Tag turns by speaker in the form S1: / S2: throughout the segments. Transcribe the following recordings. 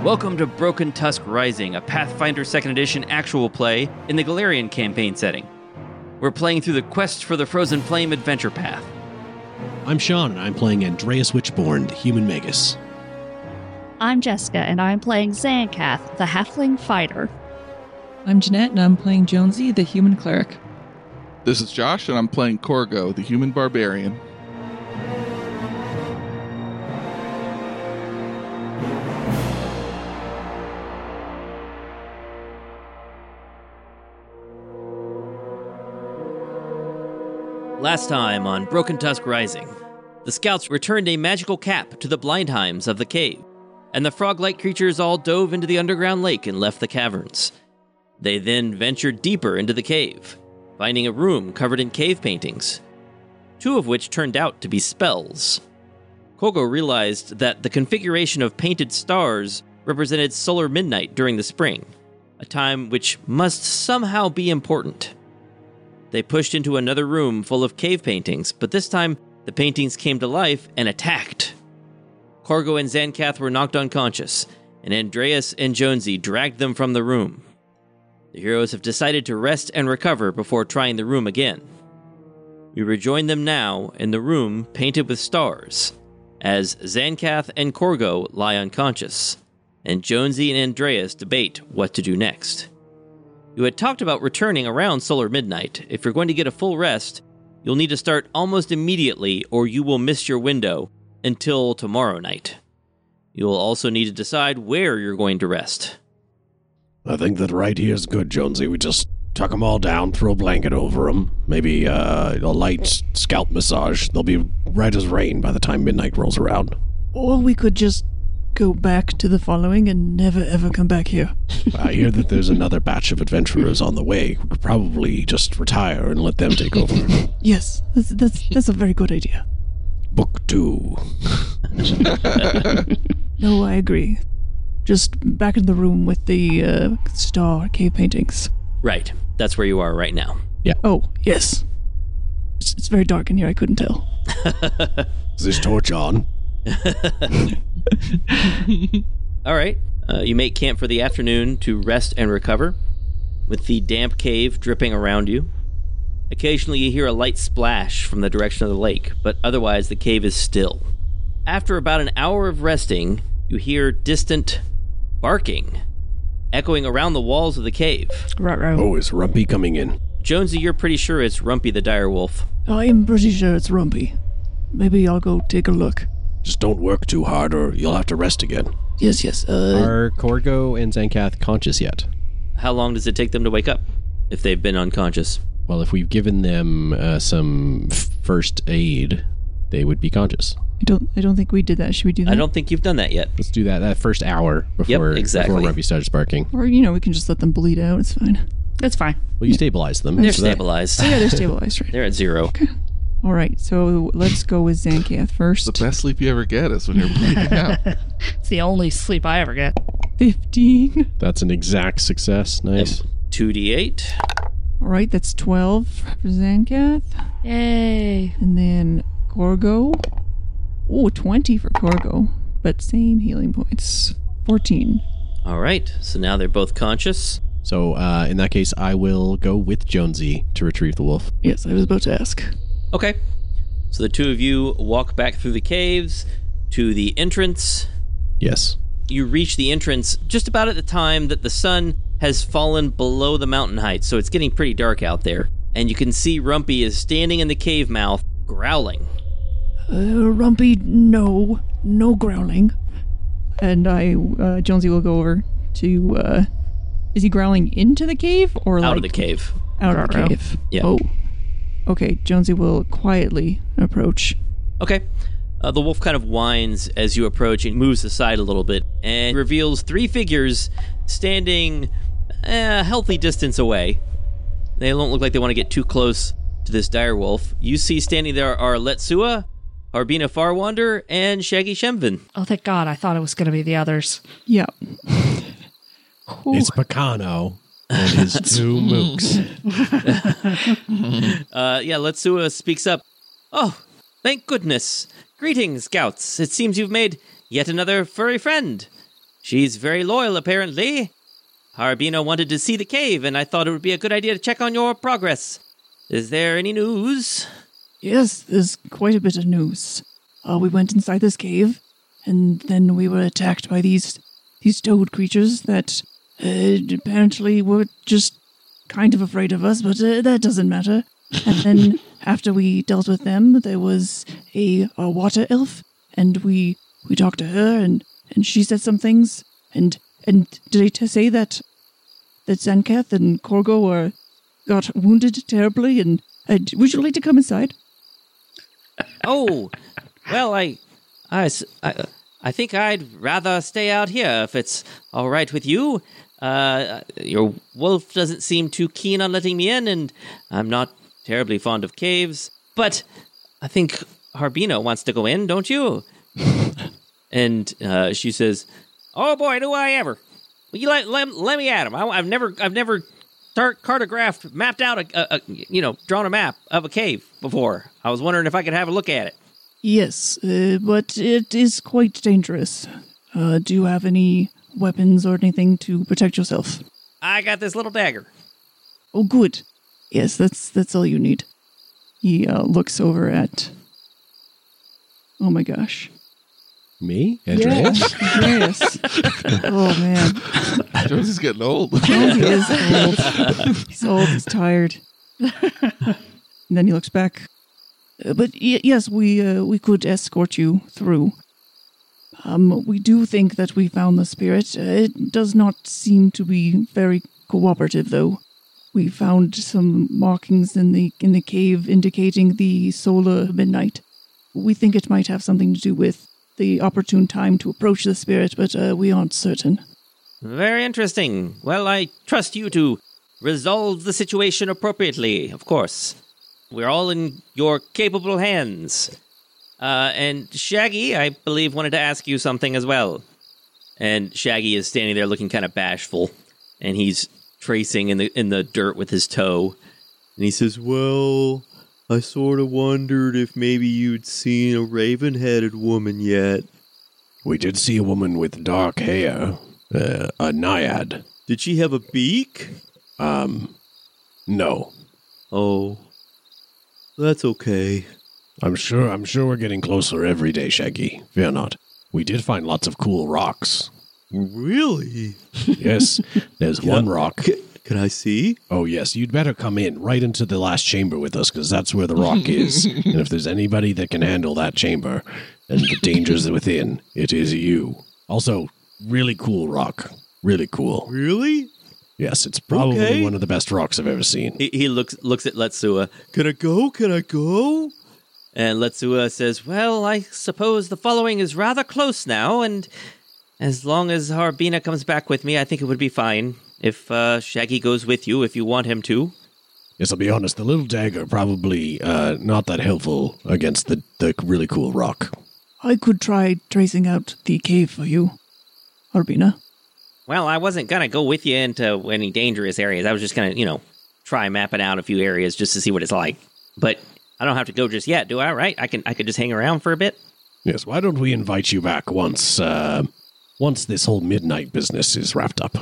S1: Welcome to Broken Tusk Rising, a Pathfinder 2nd Edition actual play in the Galarian campaign setting. We're playing through the Quest for the Frozen Flame adventure path.
S2: I'm Sean, and I'm playing Andreas Witchborn, the human magus.
S3: I'm Jessica, and I'm playing Zancath, the halfling fighter.
S4: I'm Jeanette, and I'm playing Jonesy, the human cleric.
S5: This is Josh, and I'm playing Corgo, the human barbarian.
S1: Last time on Broken Tusk Rising, the scouts returned a magical cap to the Blindheims of the cave, and the frog like creatures all dove into the underground lake and left the caverns. They then ventured deeper into the cave, finding a room covered in cave paintings, two of which turned out to be spells. Kogo realized that the configuration of painted stars represented solar midnight during the spring, a time which must somehow be important. They pushed into another room full of cave paintings, but this time the paintings came to life and attacked. Corgo and Zancath were knocked unconscious, and Andreas and Jonesy dragged them from the room. The heroes have decided to rest and recover before trying the room again. We rejoin them now in the room painted with stars, as Zancath and Corgo lie unconscious, and Jonesy and Andreas debate what to do next. You had talked about returning around solar midnight. If you're going to get a full rest, you'll need to start almost immediately or you will miss your window until tomorrow night. You'll also need to decide where you're going to rest.
S2: I think that right here is good, Jonesy. We just tuck them all down, throw a blanket over them, maybe uh, a light scalp massage. They'll be right as rain by the time midnight rolls around.
S4: Or we could just go back to the following and never ever come back here.
S2: I hear that there's another batch of adventurers on the way. We could probably just retire and let them take over.
S4: Yes, that's that's, that's a very good idea.
S2: Book two.
S4: No, I agree. Just back in the room with the uh, star cave paintings.
S1: Right, that's where you are right now.
S4: Oh, yes. It's, it's very dark in here. I couldn't tell.
S2: Is this torch on?
S1: All right. Uh, you make camp for the afternoon to rest and recover, with the damp cave dripping around you. Occasionally, you hear a light splash from the direction of the lake, but otherwise, the cave is still. After about an hour of resting, you hear distant barking echoing around the walls of the cave.
S4: Right, right.
S2: Oh, is Rumpy coming in?
S1: Jonesy, you're pretty sure it's Rumpy the dire wolf.
S4: I am Oh, pretty sure it's Rumpy. Maybe I'll go take a look.
S2: Just don't work too hard or you'll have to rest again.
S4: Yes, yes. Uh,
S6: Are Corgo and Zancath conscious yet?
S1: How long does it take them to wake up if they've been unconscious?
S6: Well, if we've given them uh, some f- first aid, they would be conscious.
S4: I don't. I don't think we did that. Should we do that?
S7: Hmm?
S1: I don't think you've done that yet.
S6: Let's do that that first hour before
S1: exactly.
S6: before Rumpy starts barking.
S4: Or you know, we can just let them bleed out. It's fine.
S3: That's fine.
S6: Well, you stabilize them.
S1: They're
S6: so that-
S1: stabilized.
S4: Yeah, they're stabilized, right?
S1: They're at zero.
S4: All right. So let's go with Zancath first.
S5: The best sleep you ever get is when you're bleeding out.
S3: It's the only sleep I ever get.
S4: Fifteen.
S6: That's an exact success. Nice.
S1: 2d8.
S4: All right. That's twelve for Zancath.
S3: Yay.
S4: And then Corgo. Oh, 20 for Corgo, but same healing points. 14.
S1: All right. So now they're both conscious.
S6: So uh, in that case, I will go with Jonesy to retrieve the wolf.
S4: Yes, I was about to ask.
S1: Okay. So the two of you walk back through the caves to the entrance.
S6: Yes.
S1: You reach the entrance just about at the time that the sun has fallen below the mountain height, so it's getting pretty dark out there. And you can see Rumpy is standing in the cave mouth, growling.
S4: Uh, Rumpy, no. No growling. And I, uh, Jonesy will go over to, uh, is he growling into the cave or like
S1: out of the cave.
S4: out of the cave?
S1: Yeah.
S4: Oh. Okay, Jonesy will quietly approach.
S1: Okay. Uh, the wolf kind of whines as you approach and moves aside a little bit and reveals three figures standing eh, a healthy distance away. They don't look like they want to get too close to this dire wolf. You see standing there are Letsua, Arbina Farwander, and Shaggy Shemvin.
S3: Oh, thank God. I thought it was going to be the others.
S4: Yeah. Ooh.
S6: It's Picano and his two mooks.
S1: Uh, yeah, Letsua speaks up. Oh, thank goodness. Greetings, scouts. It seems you've made yet another furry friend.
S7: She's very loyal, apparently. Harbino wanted to see the cave, and I thought it would be a good idea to check on your progress. Is there any news?
S4: Yes, there's quite a bit of news. Uh, we went inside this cave, and then we were attacked by these these toad creatures that uh, apparently were just kind of afraid of us, but uh, that doesn't matter. And then after we dealt with them, there was a, a water elf, and we we talked to her, and and she said some things, and and did I t- say that that Zancath and Corgo are got wounded terribly, and uh, would you like to come inside?
S7: Oh, well, I, I, s- I- I think I'd rather stay out here if it's all right with you. Uh, your wolf doesn't seem too keen on letting me in, and I'm not terribly fond of caves. But I think Harbino wants to go in, don't you? and uh, she says, "Oh boy, do I ever! Will you let let, let me at him? I, have never I've never tar- cartographed, mapped out a, a, a you know drawn a map of a cave before. I was wondering if I could have a look at it.
S4: Yes, uh, but it is quite dangerous. Uh, do you have any weapons or anything to protect yourself?
S7: I got this little dagger.
S4: Oh, good. Yes, that's that's all you need. He uh, looks over at. Oh my gosh.
S6: Me? Andreas?
S4: Yes. oh man.
S5: Josie's getting old.
S4: Jonesy is old. He's old. He's tired. and then he looks back. Uh, but y- yes, we uh, we could escort you through. Um, we do think that we found the spirit. Uh, it does not seem to be very cooperative, though. We found some markings in the in the cave indicating the solar midnight. We think it might have something to do with the opportune time to approach the spirit, but uh, we aren't certain.
S7: Very interesting. Well, I trust you to resolve the situation appropriately, of course. We're all in your capable hands. Uh, and Shaggy, I believe, wanted to ask you something as well. And Shaggy is standing there looking kind of bashful, and he's tracing in the in the dirt with his toe. And he says,
S8: Well, I sort of wondered if maybe you'd seen a raven headed woman yet.
S2: We did see a woman with dark hair, uh, a naiad.
S8: Did she have a beak?
S2: Um, no,
S8: Oh, that's okay.
S2: I'm sure. I'm sure we're getting closer every day, Shaggy. Fear not. We did find lots of cool rocks.
S8: Really?
S2: Yes, there's one rock.
S8: C- can I see?
S2: Oh yes, you'd better come in right into the last chamber with us, because that's where the rock is. and if there's anybody that can handle that chamber and the dangers within, it is you. Also, really cool rock. Really cool.
S8: Really?
S2: Yes, it's probably
S8: Okay.
S2: one of the best rocks I've ever seen.
S7: he, he looks looks at Letsua,
S8: Uh, Can I go? Can I go?
S7: And Letsua says, Well, I suppose the following is rather close now, and as long as Harbina comes back with me, I think it would be fine if uh, Shaggy goes with you if you want him to.
S2: Yes, I'll be honest. The little dagger probably uh, not that helpful against the the really cool rock.
S4: I could try tracing out the cave for you, Arbina.
S7: Well, I wasn't going to go with you into any dangerous areas. I was just going to, you know, try mapping out a few areas just to see what it's like. But I don't have to go just yet, do I? Right? I can I could just hang around for a bit.
S2: Yes, why don't we invite you back once uh, once this whole midnight business is wrapped up?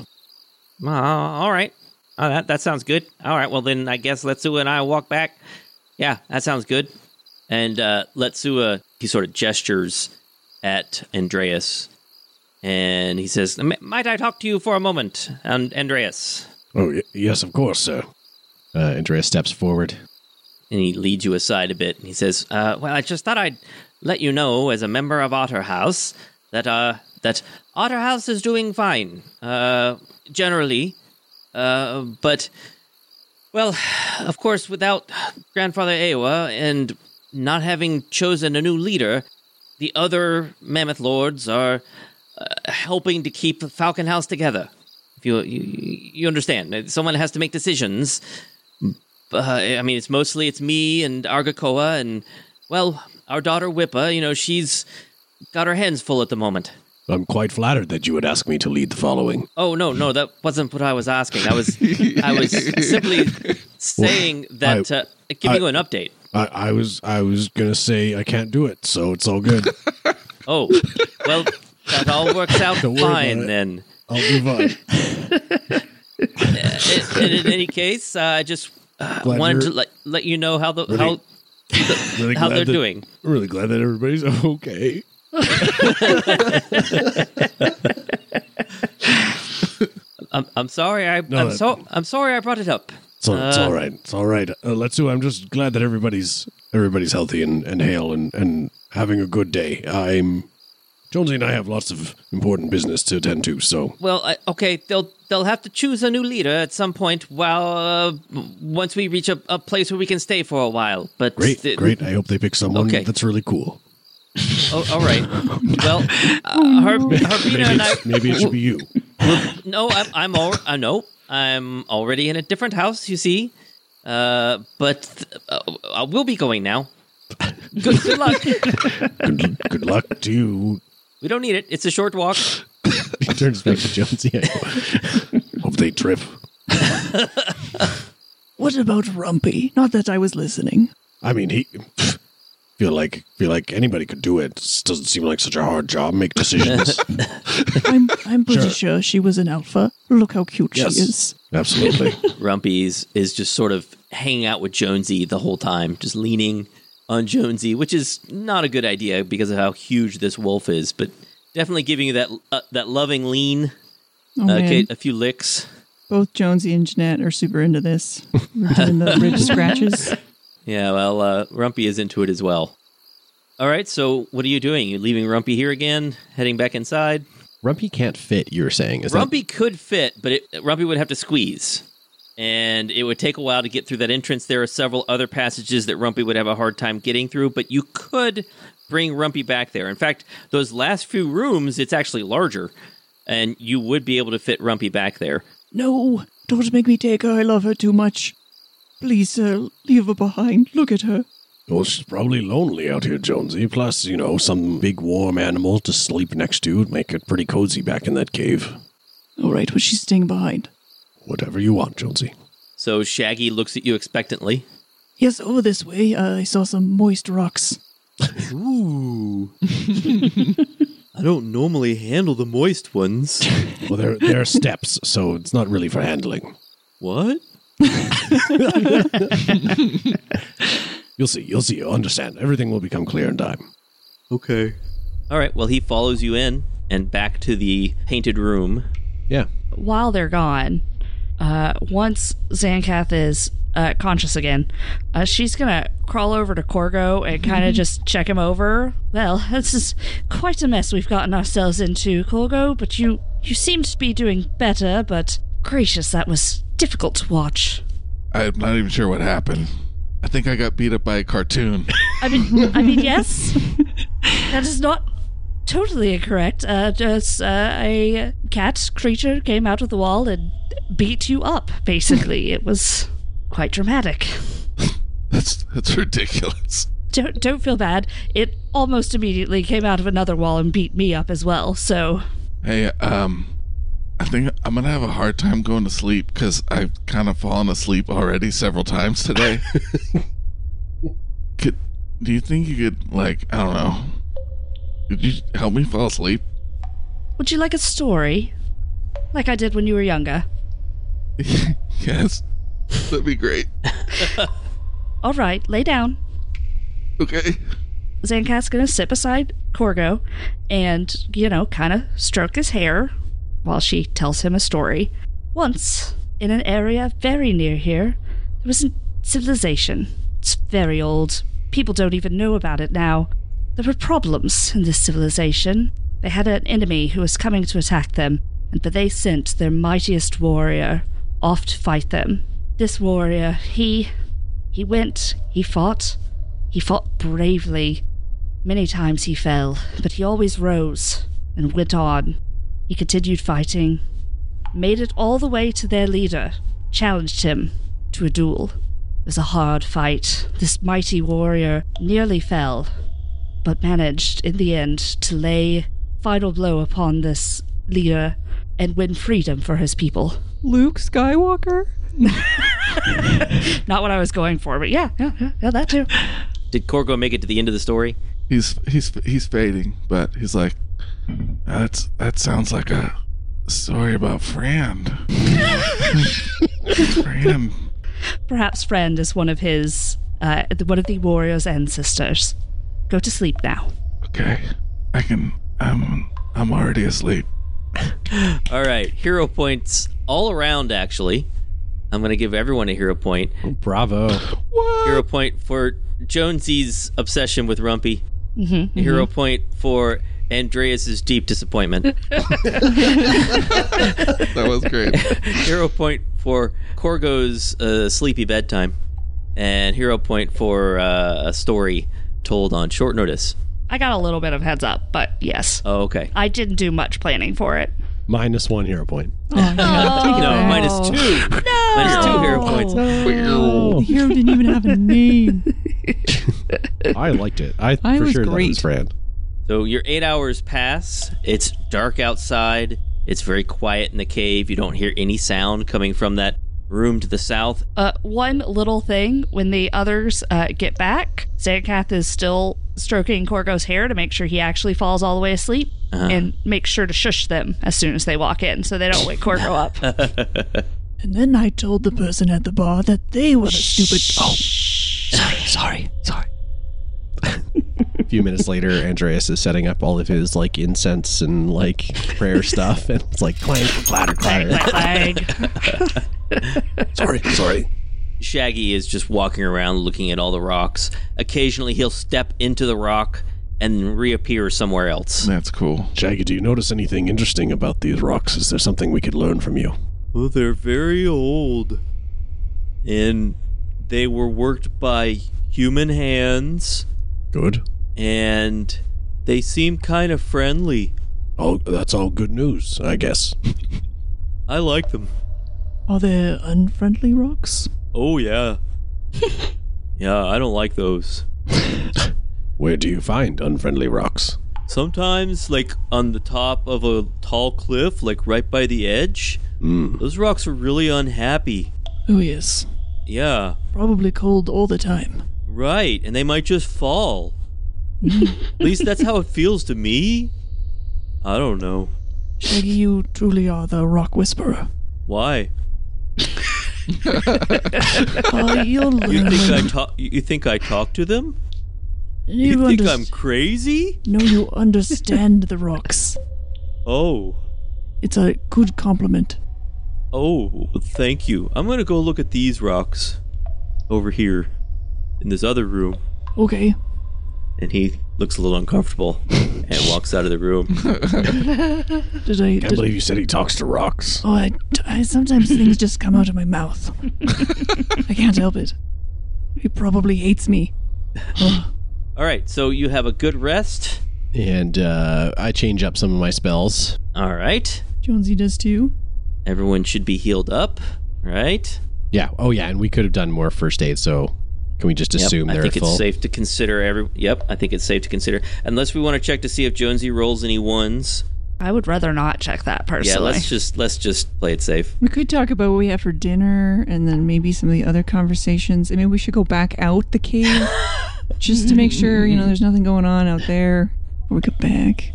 S7: Uh, all right. Uh, that, that sounds good. All right. Well, then I guess Letsua and I walk back. Yeah, that sounds good. And uh, Letsua, he sort of gestures at Andreas and he says, "M- Might I talk to you for a moment, and Andreas?
S2: Oh, y- yes, of course, sir.
S6: Uh, Andreas steps forward.
S7: And he leads you aside a bit and he says, uh, Well, I just thought I'd let you know, as a member of Otter House, that, uh, that Otter House is doing fine, uh, generally. Uh, but, well, of course, without Grandfather Ewa and not having chosen a new leader, the other Mammoth Lords are uh, helping to keep Falcon House together. If you, you you understand, someone has to make decisions, uh, I mean, it's mostly it's me and Argakoa and well, our daughter Whippa. You know, she's got her hands full at the moment.
S2: I'm quite flattered that you would ask me to lead the following.
S7: Oh no, no, that wasn't what I was asking. I was I was simply saying that. uh,
S2: I-
S7: giving you an update.
S2: I, I was I was gonna say I can't do it, so it's all good.
S7: Oh, well,
S1: That all works out
S2: Don't worry about
S1: fine
S2: it.
S1: then.
S2: I'll move on.
S1: And in any case, uh, I just uh,
S2: Glad
S1: wanted to
S2: you're-
S1: let, let you know how the how
S2: Really
S1: how
S2: glad
S1: they're
S2: that-
S1: doing.
S2: Really glad that everybody's okay.
S7: um,
S1: I'm, I'm sorry. I,
S2: No,
S1: I'm
S2: that-
S1: so I'm sorry. I brought it up.
S2: It's, all it's
S1: Uh,
S2: all right. It's all right. Uh, let's do. I'm just glad that everybody's everybody's healthy and and hale and and having a good day. I'm Jonesy and I have lots of important business to attend to. So
S1: Well, I, okay, they'll they'll have to choose a new leader at some point. While uh, w- once we reach a, a place where we can stay for a while, but uh,
S2: great,
S1: th-
S2: great. I hope they pick someone
S1: Okay.
S2: that's really cool.
S1: Oh, all right. Well, uh, Her, Herbina
S2: Maybe,
S1: and I.
S2: it's, maybe it should be you.
S1: No, I'm I'm all, uh, no, I'm already in a different house. You see, uh, but uh, I will be going now. Good, good luck.
S2: Good, good luck to you.
S1: we don't need it. It's a short walk.
S6: He turns back to Jonesy.
S2: Hope they trip.
S7: What about Rumpy? Not that I was listening.
S2: I mean, he pff, feel like feel like anybody could do it. This doesn't seem like such a hard job. Make decisions.
S7: I'm I'm pretty sure she was an alpha. Look how cute
S2: Yes.
S7: she is.
S2: Absolutely.
S1: Rumpies is just sort of hanging out with Jonesy the whole time, just leaning on Jonesy, which is not a good idea because of how huge this wolf is, but definitely giving you that uh, that loving lean,
S7: Oh
S1: uh,
S7: man,
S1: ca- a few licks.
S7: both Jonesy and Jeanette are super into this. We're doing the rib scratches.
S1: Yeah, well, uh, Rumpy is into it as well. All right, so what are you doing? You leaving Rumpy here again? Heading back inside?
S6: Rumpy can't fit, you're saying. Is
S1: Rumpy could fit, but it, Rumpy would have to squeeze. And it would take a while to get through that entrance. There are several other passages that Rumpy would have a hard time getting through, but you could bring Rumpy back there. In fact, those last few rooms, it's actually larger, and you would be able to fit Rumpy back there.
S7: No, don't make me take her. I love her too much. Please, sir, leave her behind. Look at her.
S2: Well, she's probably lonely out here, Jonesy. Plus, you know, some big warm animal to sleep next to would make it pretty cozy back in that cave.
S7: All right, was she staying behind?
S2: Whatever you want, Jonesy.
S1: So Shaggy looks at you expectantly.
S7: Yes, over this way. Uh, I saw some moist rocks.
S8: Ooh. I don't normally handle the moist ones.
S2: Well, there, there are steps, so it's not really for handling.
S8: What?
S2: You'll see, you'll see, you'll understand. Everything will become clear in time.
S8: Okay.
S1: All right, well, he follows you in and back to the painted room.
S6: that- yeah.
S3: While they're gone, uh, once Zancath is uh, conscious again, uh, she's gonna crawl over to Corgo and kind of just check him over. Well, this is quite a mess we've gotten ourselves into, Corgo. But you you seem to be doing better. But gracious, that was difficult to watch.
S5: I'm not even sure what happened. I think I got beat up by a cartoon.
S3: I mean, I mean, yes, that is not totally incorrect. Uh, just uh, a cat creature came out of the wall and beat you up. Basically, it was quite dramatic.
S5: That's that's ridiculous.
S3: Don't don't feel bad. It almost immediately came out of another wall and beat me up as well. So
S5: Hey, um, I think I'm gonna have a hard time going to sleep because I've kind of fallen asleep already several times today. could, do you think you could like I don't know? Could you help me fall asleep?
S3: would you like a story, like I did when you were younger?
S5: Yes, that'd be great.
S3: All right, lay down.
S5: Okay.
S3: Zancat's gonna sit beside Corgo and, you know, kind of stroke his hair while she tells him a story. Once, in an area very near here, there was a civilization. It's very old. People don't even know about it now. There were problems in this civilization. They had an enemy who was coming to attack them, and but they sent their mightiest warrior off to fight them. This warrior, he he went, he fought, he fought bravely. Many times he fell, but he always rose and went on. He continued fighting, made it all the way to their leader, challenged him to a duel. It was a hard fight. This mighty warrior nearly fell, but managed in the end to lay final blow upon this leader and win freedom for his people.
S4: Luke Skywalker?
S3: Not what I was going for, but yeah, yeah, yeah, yeah that too.
S1: Did Corgo make it to the end of the story?
S5: He's he's he's fading, but he's like, That's that sounds like a story about Fran. Fran,
S3: Perhaps friend is one of his, uh, the- one of the warrior's ancestors. Go to sleep now.
S5: okay, I can. I'm I'm already asleep.
S1: All right, hero points all around, actually. I'm going to give everyone a hero point.
S2: Oh,
S6: Bravo.
S1: Hero point for Jonesy's obsession with Rumpy. A Hero point for Andreas's deep disappointment.
S5: That was great.
S1: hero point for Corgo's uh, sleepy bedtime. And hero point for uh, a story told on short notice.
S3: I got a little bit of heads up, but yes,
S1: Oh, okay.
S3: I didn't do much planning for it.
S6: Minus one hero point.
S4: Oh,
S3: Oh.
S1: No, minus two. Minus two hero points.
S4: Oh.
S7: The hero didn't even have a name.
S6: I liked it. I,
S4: I
S6: for
S4: was
S6: sure that
S4: great.
S6: was Fran.
S1: So your eight hours pass. It's dark outside. It's very quiet in the cave. You don't hear any sound coming from that room to the south.
S3: Uh, one little thing when the others uh, get back, Zancath is still stroking Corgo's hair to make sure he actually falls all the way asleep
S1: Uh-huh.
S3: and make sure to shush them as soon as they walk in so they don't wake Corgo up.
S7: And then I told the person at the bar that they were the stupid. Oh,
S6: A few minutes later, Andreas is setting up all of his like incense and like prayer stuff, and it's like clang, clatter, clatter.
S3: Like,
S6: sorry, sorry.
S1: Shaggy is just walking around looking at all the rocks. Occasionally he'll step into the rock and reappear somewhere else.
S5: That's cool.
S2: Shaggy, do you notice anything interesting about these rocks? Is there something we could learn from you?
S8: Well, they're very old.
S1: And they were worked by human hands
S2: Good.
S1: and they seem kind of friendly.
S2: All that's all good news, I guess.
S1: I like them.
S7: are there unfriendly rocks?
S1: Oh yeah. yeah, I don't like those.
S2: Where do you find unfriendly rocks?
S1: Sometimes, like on the top of a tall cliff, like right by the edge,
S7: Mm.
S1: those rocks are really unhappy.
S7: Oh yes,
S1: Yeah,
S7: probably cold all the time.
S1: right. And they might just fall. At least that's how it feels to me. I don't know.
S7: Shaggy, you truly are the rock whisperer.
S1: Why?
S7: Uh, you'll
S1: You
S7: learn.
S1: think
S7: when-
S1: I talk? You think I talk to them?
S7: you
S1: You think I'm
S7: underst-
S1: crazy?
S7: No, you understand the rocks.
S1: Oh,
S7: It's a good compliment.
S1: oh, thank you. I'm gonna go look at these rocks over here in this other room.
S7: Okay.
S1: And he looks a little uncomfortable and walks out of the room.
S7: Did I?
S2: Can't
S7: did-
S2: believe you said he talks to rocks.
S7: oh, I, I- sometimes things just come out of my mouth. I can't help it. He probably hates me.
S1: All right, so you have a good rest.
S6: And uh, I change up some of my spells.
S1: All right.
S7: Jonesy does too.
S1: Everyone should be healed up, right?
S6: Yeah. Oh yeah. And we could have done more first aid. So can we just assume
S1: I
S6: they're
S1: think
S6: full?
S1: it's safe to consider every Yep, I think it's safe to consider unless we want to check to see if Jonesy rolls any ones.
S3: I would rather not check that
S1: Yeah,
S3: personally.
S1: let's just let's just play it safe.
S4: We could talk about what we have for dinner and then maybe some of the other conversations. I mean, we should go back out the cave just to make sure, you know, there's nothing going on out there.
S7: We go back.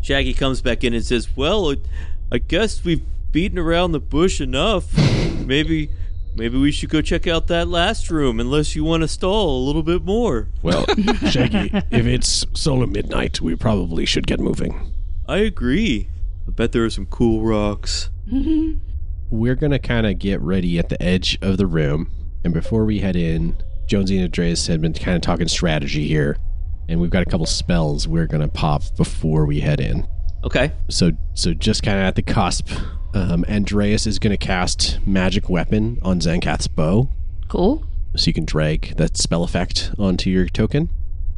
S1: Shaggy comes back in and says, "Well, I- I guess we've beaten around the bush enough. Maybe maybe we should go check out that last room unless you want to stall a little bit more."
S2: Well, Shaggy, if it's solar midnight, we probably should get moving.
S1: I agree. I bet there are some cool rocks.
S6: We're gonna kind of get ready at the edge of the room, and before we head in, Jonesy and Andreas had been kind of talking strategy here, and we've got a couple spells we're gonna pop before we head in.
S1: Okay.
S6: so so just kind of at the cusp um, andreas is going to cast magic weapon on zankath's bow
S3: cool.
S6: so you can drag that spell effect onto your token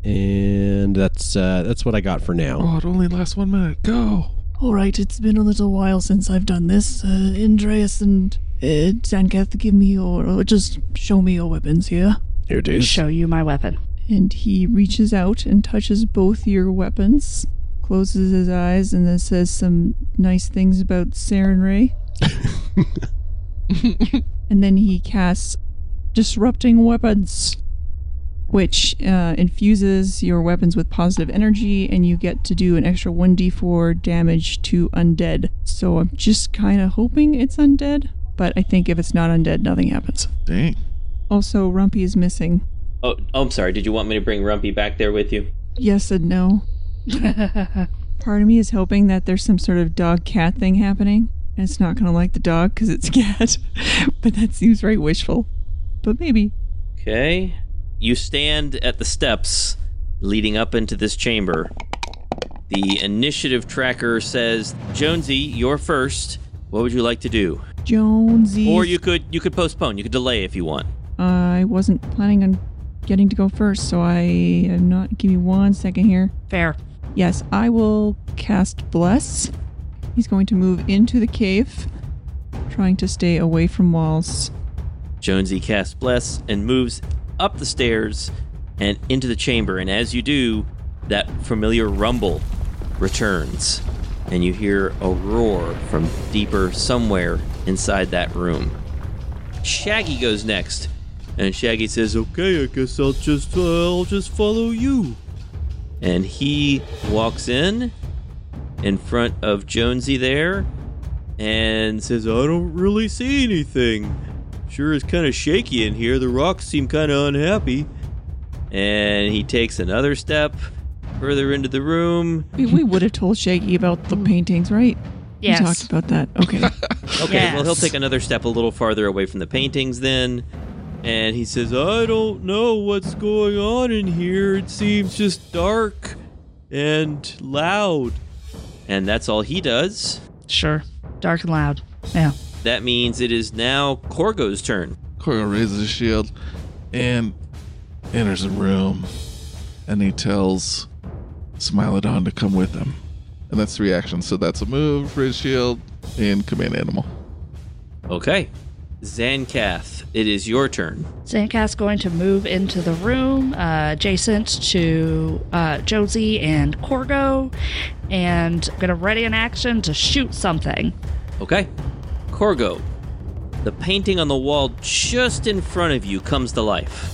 S6: and that's uh, that's what i got for now
S5: Oh, it only lasts one minute. Go.
S7: All right, it's been a little while since I've done this. Uh, Andreas and uh, Zankath, give me your,
S4: uh,
S7: or just show me your weapons here.
S2: Here it is.
S3: Show you my weapon.
S4: And he reaches out and touches both your weapons, closes his eyes, and then says some nice things about Saren Ray. and then he casts Disrupting Weapons. which uh, infuses your weapons with positive energy, and you get to do an extra 1d4 damage to undead. So I'm just kind of hoping it's undead, but I think if it's not undead, nothing happens.
S5: Dang.
S4: Also, Rumpy is missing.
S1: Oh, oh, I'm sorry. Did you want me to bring Rumpy back there with you?
S4: Yes and no. Part of me is hoping that there's some sort of dog cat thing happening, and it's not going to like the dog because it's a cat, but that seems very wishful. But maybe.
S1: Okay. You stand at the steps leading up into this chamber. The initiative tracker says, "Jonesy, you're first. What would you like to do?"
S4: Jonesy.
S1: Or you could you could postpone. You could delay if you want.
S4: I wasn't planning on getting to go first, so I am not. Give me one second here.
S3: Fair.
S4: Yes, I will cast Bless. He's going to move into the cave, trying to stay away from walls.
S1: Jonesy casts Bless and moves up the stairs and into the chamber. And as you do, that familiar rumble returns. And you hear a roar from deeper somewhere inside that room. Shaggy goes next. And Shaggy says,
S8: Okay, I guess I'll just uh, I'll just follow you.
S1: and he walks in in front of Jonesy there and says,
S8: Says I don't really see anything. Sure, it's kind of shaky in here. The rocks seem kind of unhappy.
S1: and he takes another step further into the room.
S4: We, we would have told Shaggy about the paintings, right?
S3: Yes.
S4: We talked about that. Okay.
S1: Okay, well, he'll
S3: Yes.
S1: take another step a little farther away from the paintings then. And he says,
S8: Says I don't know what's going on in here. It seems just dark and loud.
S1: and that's all he does.
S3: Sure. Dark and loud. Yeah.
S1: That means it is now Corgo's turn.
S5: Corgo raises his shield and enters the room, and he tells Smilodon to come with him. And that's three actions. So that's a move for his shield and command animal.
S1: Okay. Zancath, it is your turn.
S3: Zancat's going to move into the room uh, adjacent to uh, Josie and Corgo, and going to ready an action to shoot something.
S1: Okay. Corgo, the painting on the wall just in front of you comes to life.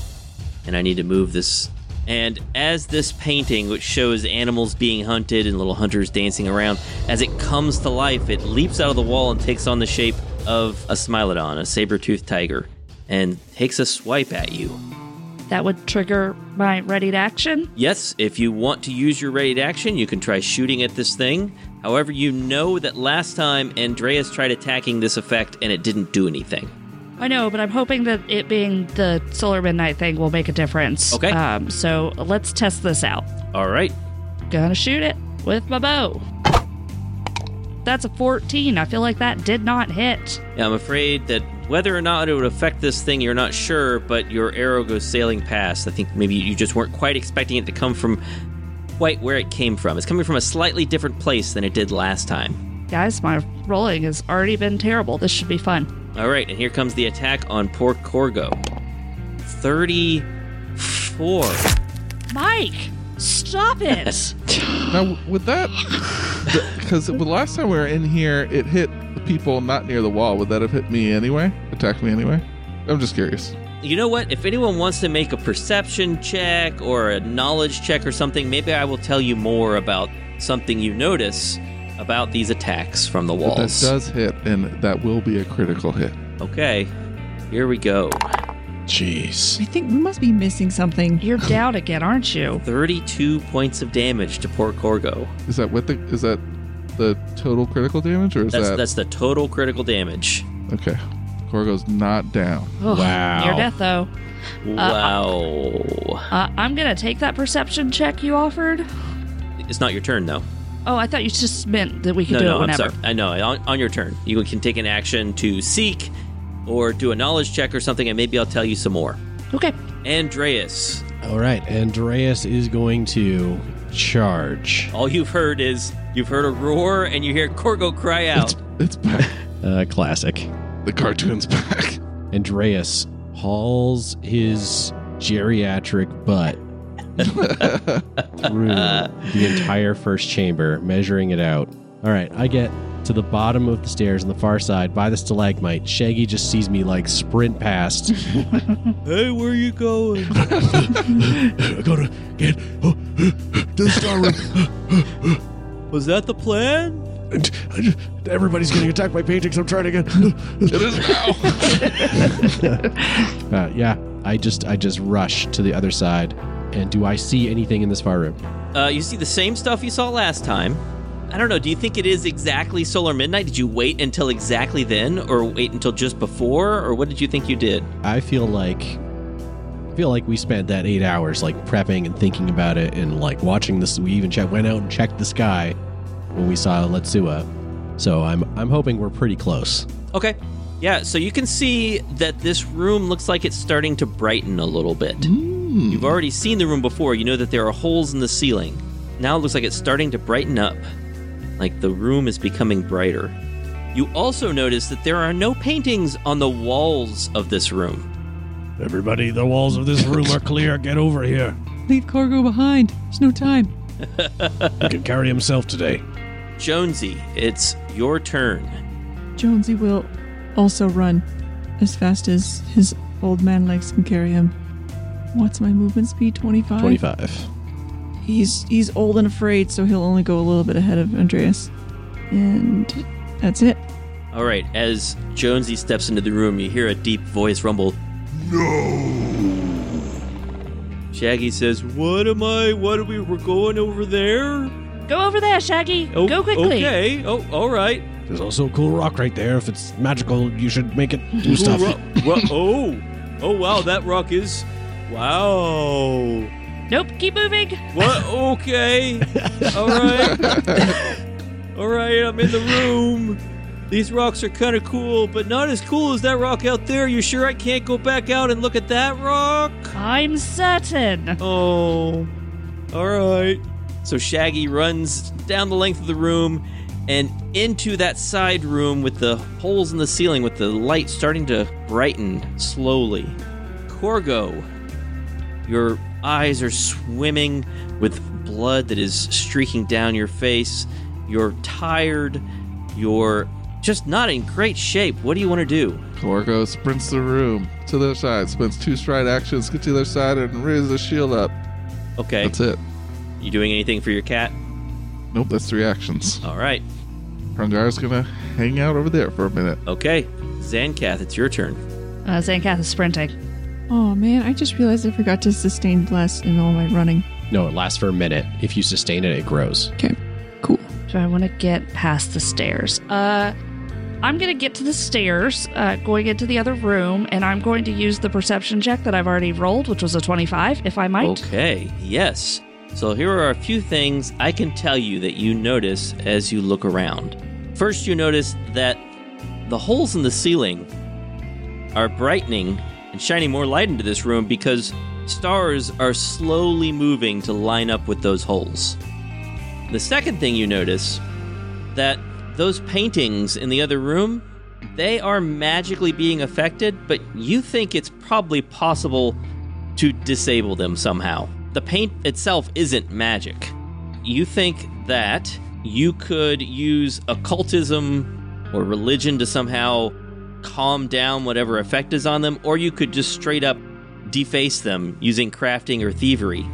S1: And I need to move this. And as this painting, which shows animals being hunted and little hunters dancing around, as it comes to life, it leaps out of the wall and takes on the shape of a Smilodon, a saber toothed tiger, and takes a swipe at you.
S3: That would trigger my ready to action.
S1: Yes, if you want to use your ready to action, you can try shooting at this thing. However, you know that last time Andreas tried attacking this effect and it didn't do anything.
S3: I know, but I'm hoping that it being the solar midnight thing will make a difference.
S1: Okay.
S3: Um, so let's test this out.
S1: All right.
S3: Gonna shoot it with my bow. That's a 14. I feel like that did not hit.
S1: Yeah, I'm afraid that whether or not it would affect this thing, you're not sure, but your arrow goes sailing past. I think maybe you just weren't quite expecting it to come from quite where it came from. It's coming from a slightly different place than it did last time.
S3: Guys, my rolling has already been terrible. This should be fun.
S1: All right, and here comes the attack on poor Corgo. 34.
S3: Mike, stop it.
S5: Now, would that. Because the last time we were in here, it hit the people not near the wall. Would that have hit me anyway? Attacked me anyway? I'm just curious.
S1: You know what? If anyone wants to make a perception check or a knowledge check or something, maybe I will tell you more about something you notice about these attacks from the
S5: But
S1: walls.
S5: that does hit, and that will be a critical hit.
S1: Okay, here we go.
S2: Jeez.
S4: I think we must be missing something.
S3: You're down again, aren't you?
S1: 32 points of damage to poor Corgo.
S5: Is that with the. Is that the total critical damage, or is
S1: That's
S5: that.
S1: that's the total critical damage.
S5: Okay. Corgo's not down.
S3: Ugh,
S6: Wow.
S3: Near death, though.
S1: wow.
S3: Uh, I'm gonna take that perception check you offered.
S1: It's not your turn though.
S3: Oh, I thought you just meant that we could
S1: No,
S3: do
S1: no,
S3: it
S1: I'm
S3: whenever.
S1: sorry. I know. On, on your turn, you can take an action to seek or do a knowledge check or something and maybe I'll tell you some more.
S3: Okay.
S1: Andreas,
S6: All right, Andreas is going to charge.
S1: all you've heard is you've heard a roar and you hear Corgo cry out.
S5: It's back.
S6: Uh, classic.
S5: The cartoon's back.
S6: Andreas hauls his geriatric butt through the entire first chamber, measuring it out. All right, I get to the bottom of the stairs on the far side by the stalagmite. Shaggy just sees me like sprint past.
S8: Hey, where you going?
S2: Go to get oh, to the star room.
S8: Was that the plan?
S2: I just- Everybody's getting attacked by paintings. I'm trying to get.
S5: It is now.
S6: Uh, yeah, I just I just rush to the other side. And do I see anything in this far room?
S1: Uh, you see the same stuff you saw last time. I don't know. Do you think it is exactly Solar Midnight? Did you wait until exactly then, or wait until just before, or what did you think you did?
S6: I feel like I feel like we spent that eight hours like prepping and thinking about it and like watching this. We even check, went out and checked the sky when we saw Letsua. So I'm I'm hoping we're pretty close.
S1: Okay. Yeah, so you can see that this room looks like it's starting to brighten a little bit. You've already seen the room before. You know that there are holes in the ceiling. Now it looks like it's starting to brighten up. Like the room is becoming brighter. You also notice that there are no paintings on the walls of this room.
S2: Everybody, the walls of this room are clear. Get over here.
S4: Leave cargo behind. There's no time.
S2: He can carry himself today.
S1: Jonesy, it's your turn.
S4: Jonesy will also run as fast as his old man legs can carry him. What's my movement speed? 25?
S6: Twenty five.
S4: He's he's old and afraid, so he'll only go a little bit ahead of Andreas. And that's it.
S1: All right, as Jonesy steps into the room, you hear a deep voice rumble. No! Shaggy says,
S8: What am I? What are we? We're going over there?
S3: Go over there, Shaggy.
S8: Oh,
S3: Go quickly.
S8: Okay. Oh, all right.
S2: There's also a cool rock right there. If it's magical, you should make it do stuff.
S8: Ro- ro- oh, oh wow, that rock is. Wow.
S3: Nope, keep moving.
S8: What? Okay. All right. All right, I'm in the room. These rocks are kind of cool, but not as cool as that rock out there. You sure I can't go back out and look at that rock?
S3: I'm certain.
S8: Oh. All right.
S1: So Shaggy runs down the length of the room and into that side room with the holes in the ceiling with the light starting to brighten slowly. Corgo, your eyes are swimming with blood that is streaking down your face. You're tired. You're just not in great shape. What do you want to do?
S5: Corgo sprints the room to the other side, spends two stride actions, gets to the other side, and raises the shield up.
S1: Okay.
S5: That's it.
S1: You doing anything for your cat?
S5: Nope, that's three actions.
S1: All right.
S5: Prangar's gonna hang out over there for a minute.
S1: Okay. Zancath, it's your turn.
S3: Uh, Zancath is sprinting.
S4: Oh man, I just realized I forgot to sustain bless in all my running.
S6: No, it lasts for a minute. If you sustain it, it grows.
S4: Okay, cool.
S3: So I want to get past the stairs. Uh, I'm going to get to the stairs, uh, going into the other room, and I'm going to use the perception check that I've already rolled, which was a 25, if I might.
S1: Okay, yes. So here are a few things I can tell you that you notice as you look around. First, you notice that the holes in the ceiling are brightening and shining more light into this room because stars are slowly moving to line up with those holes. The second thing you notice that those paintings in the other room they are magically being affected, but you think it's probably possible to disable them somehow. The paint itself isn't magic. You think that you could use occultism or religion to somehow calm down whatever effect is on them, or you could just straight up deface them using crafting or thievery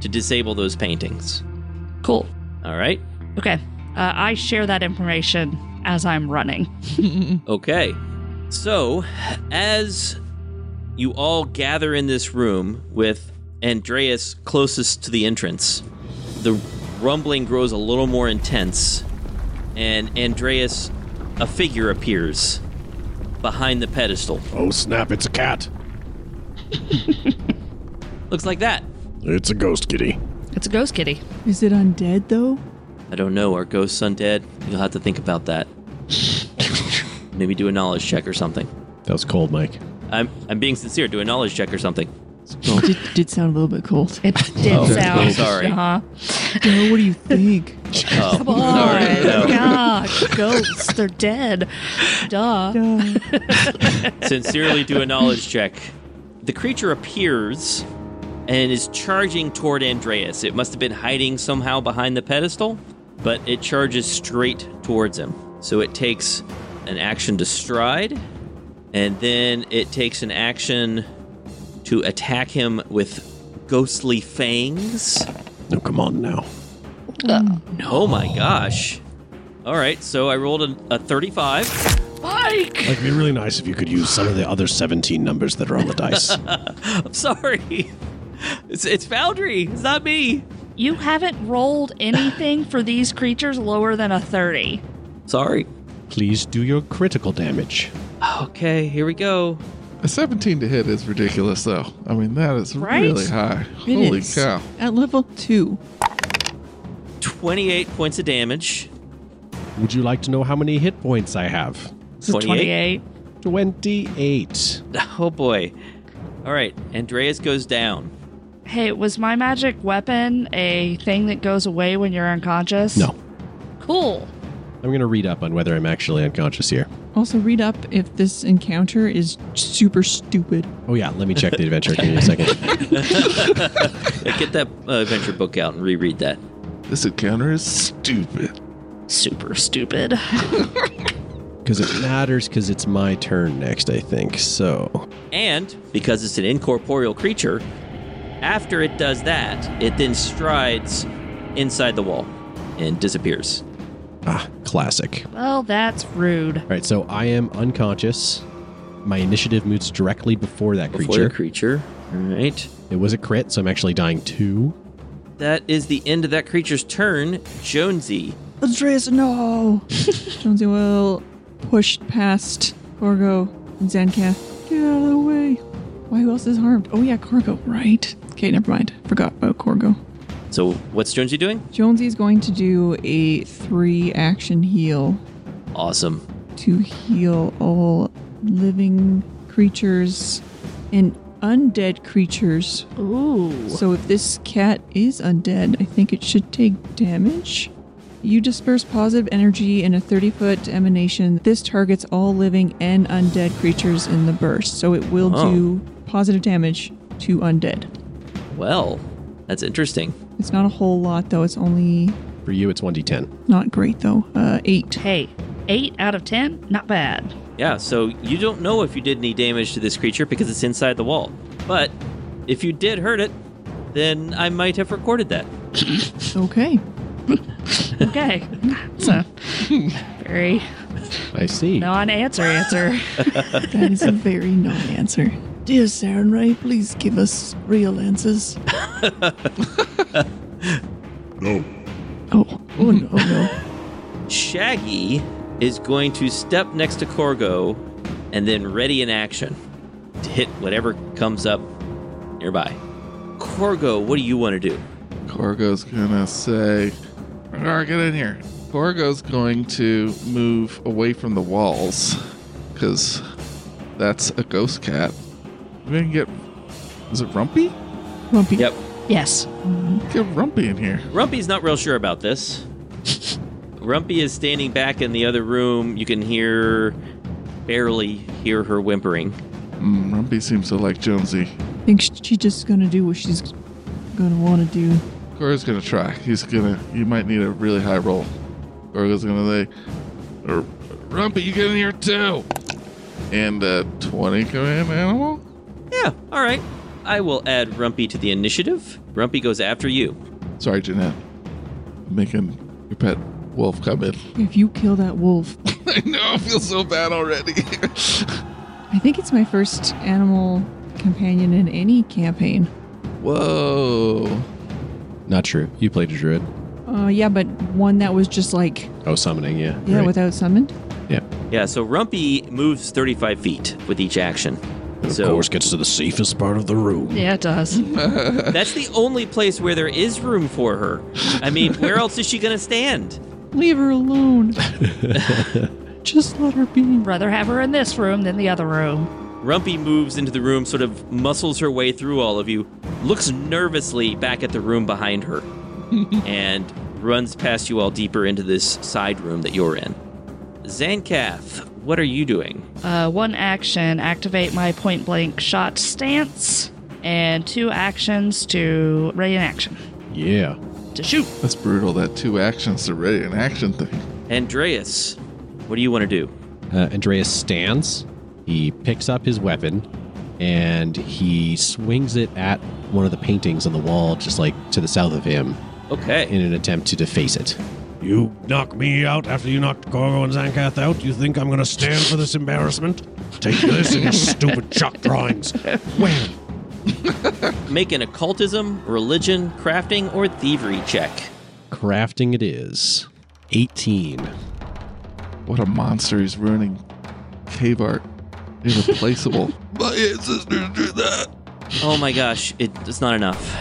S1: to disable those paintings.
S3: Cool.
S1: All right?
S3: Okay. Uh, I share that information as I'm running.
S1: Okay. So, as you all gather in this room with Andreas closest to the entrance, the rumbling grows a little more intense, and Andreas, a figure appears behind the pedestal.
S2: Oh snap! It's a cat.
S1: Looks like that.
S2: It's a ghost kitty.
S3: It's a ghost kitty.
S4: Is it undead though?
S1: I don't know, are ghosts undead? You'll have to think about that. Maybe do a knowledge check or something.
S6: That was cold, Mike.
S1: I'm, I'm being sincere, do a knowledge check or something.
S4: Did, did sound a little bit cold.
S3: It did sound.
S1: Oh, sorry.
S3: Uh-huh.
S4: Girl, what do you think?
S1: Oh,
S3: Come on.
S1: sorry. No.
S3: Gosh, ghosts, they're dead. Duh.
S1: Sincerely do a knowledge check. The creature appears and is charging toward Andreas. It must have been hiding somehow behind the pedestal, but it charges straight towards him. So it takes an action to stride, and then it takes an action to attack him with ghostly fangs.
S2: No, come on now.
S1: Oh my gosh. All right, so I rolled a, a 35.
S3: Mike!
S2: Like, it'd be really nice if you could use some of the other 17 numbers that are on the dice.
S1: I'm sorry. It's, it's Foundry. It's not me.
S3: You haven't rolled anything for these creatures lower than a 30.
S1: Sorry.
S6: Please do your critical damage.
S1: Okay, here we go.
S5: A 17 to hit is ridiculous, though. I mean, that is
S3: Right?
S5: really high. Holy
S4: Minutes.
S5: cow.
S4: At level two.
S1: 28 points of damage.
S6: Would you like to know how many hit points I have?
S3: This is 28.
S6: 28.
S1: Oh boy. All right, Andreas goes down.
S3: Hey, was my magic weapon a thing that goes away when you're unconscious?
S6: No.
S3: Cool.
S6: I'm going to read up on whether I'm actually unconscious here.
S4: Also, read up if this encounter is super stupid.
S6: Oh, yeah, let me check the adventure. Give me a second.
S1: Yeah, Get that uh, adventure book out and reread that.
S5: This encounter is stupid.
S3: Super stupid.
S6: Because it matters because it's my turn next, I think. So,
S1: And because it's an incorporeal creature, after it does that, it then strides inside the wall and disappears.
S6: ah, classic.
S3: Well, that's rude.
S6: All right, so I am unconscious. My initiative moves directly before that
S1: Before
S6: creature.
S1: the creature. All right.
S6: it was a crit, so I'm actually dying two.
S1: That is the end of that creature's turn. Jonesy.
S4: Andreas, no! Jonesy will push past Corgo and Zancath. Get out of the way. Why, who else is harmed? Oh, yeah, Corgo, right. Okay, never mind. Forgot about Corgo.
S1: So what's Jonesy doing?
S4: Jonesy's going to do a three action heal
S1: Awesome.
S4: to heal all living creatures and undead creatures.
S3: Ooh.
S4: So if this cat is undead, I think it should take damage. You disperse positive energy in a 30 foot emanation. This targets all living and undead creatures in the burst, so it will
S1: Oh.
S4: do positive damage to undead.
S1: Well, that's interesting.
S4: It's not a whole lot though, it's only
S6: For you, it's 1d10.
S4: not great though. Uh, eight.
S3: Hey, 8 out of 10? Not bad.
S1: Yeah, so you don't know if you did any damage to this creature because it's inside the wall. But if you did hurt it, then I might have recorded that.
S4: Okay.
S3: Okay. It's a very
S6: I see.
S3: non answer answer.
S7: That is a very no answer. Dear Sarenrae, please give us real answers.
S2: no.
S7: Oh, oh no, no.
S1: Shaggy is going to step next to Corgo and then ready in action to hit whatever comes up nearby. Corgo, what do you want to do?
S5: Corgo's gonna say, Corgo, get in here. Corgo's going to move away from the walls because that's a ghost cat. We're gonna get. Is it Rumpy?
S7: Lumpy.
S1: Yep.
S3: yes.
S5: Get Rumpy in here.
S1: Rumpy's not real sure about this. Rumpy is standing back in the other room. You can hear, barely hear her whimpering.
S5: Mm, Rumpy seems to like Jonesy.
S4: I think sh- she's just gonna do what she's gonna wanna do.
S5: Corgo's gonna try. He's gonna. You might need a really high roll. Corgo's gonna say, "R- Rumpy, you get in here too. And uh, 20 command animal?
S1: Yeah, all right. I will add Rumpy to the initiative. Rumpy goes after you.
S5: Sorry, Jeanette. I'm making your pet wolf come in.
S4: If you kill that wolf,
S5: I know, I feel so bad already.
S4: I think it's my first animal companion in any campaign.
S5: Whoa.
S6: Not true. You played a druid.
S4: Uh, yeah, but one that was just like
S6: Oh, summoning, yeah.
S4: yeah,
S6: Right.
S4: without summoned.
S6: yeah.
S1: Yeah, so Rumpy moves 35 feet with each action.
S2: Of
S1: So
S2: course, gets to the safest part of the room.
S3: Yeah, it does.
S1: that's the only place where there is room for her. I mean, where else is she going to stand?
S4: Leave her alone. just let her be.
S3: Rather have her in this room than the other room.
S1: Rumpy moves into the room, sort of muscles her way through all of you, looks nervously back at the room behind her, and runs past you all deeper into this side room that you're in. Zancath, what are you doing?
S3: Uh, one action, activate my point blank shot stance, and two actions to ready an action.
S6: Yeah.
S3: To shoot.
S5: That's brutal, that two actions to ready an action thing.
S1: Andreas, What do you want to do?
S6: Uh, Andreas stands. He picks up his weapon and he swings it at one of the paintings on the wall, just like to the south of him,
S1: Okay.
S6: in an attempt to deface it.
S2: You knock me out after you knocked Gorgo and Zankath out? You think I'm going to stand for this embarrassment? Take this and your stupid chalk drawings. Wham!
S1: Make an occultism, religion, crafting, or thievery check.
S6: Crafting it is. 18.
S5: What a monster. He's ruining cave art. Irreplaceable. My ancestors did that.
S1: Oh my gosh, it, it's not enough.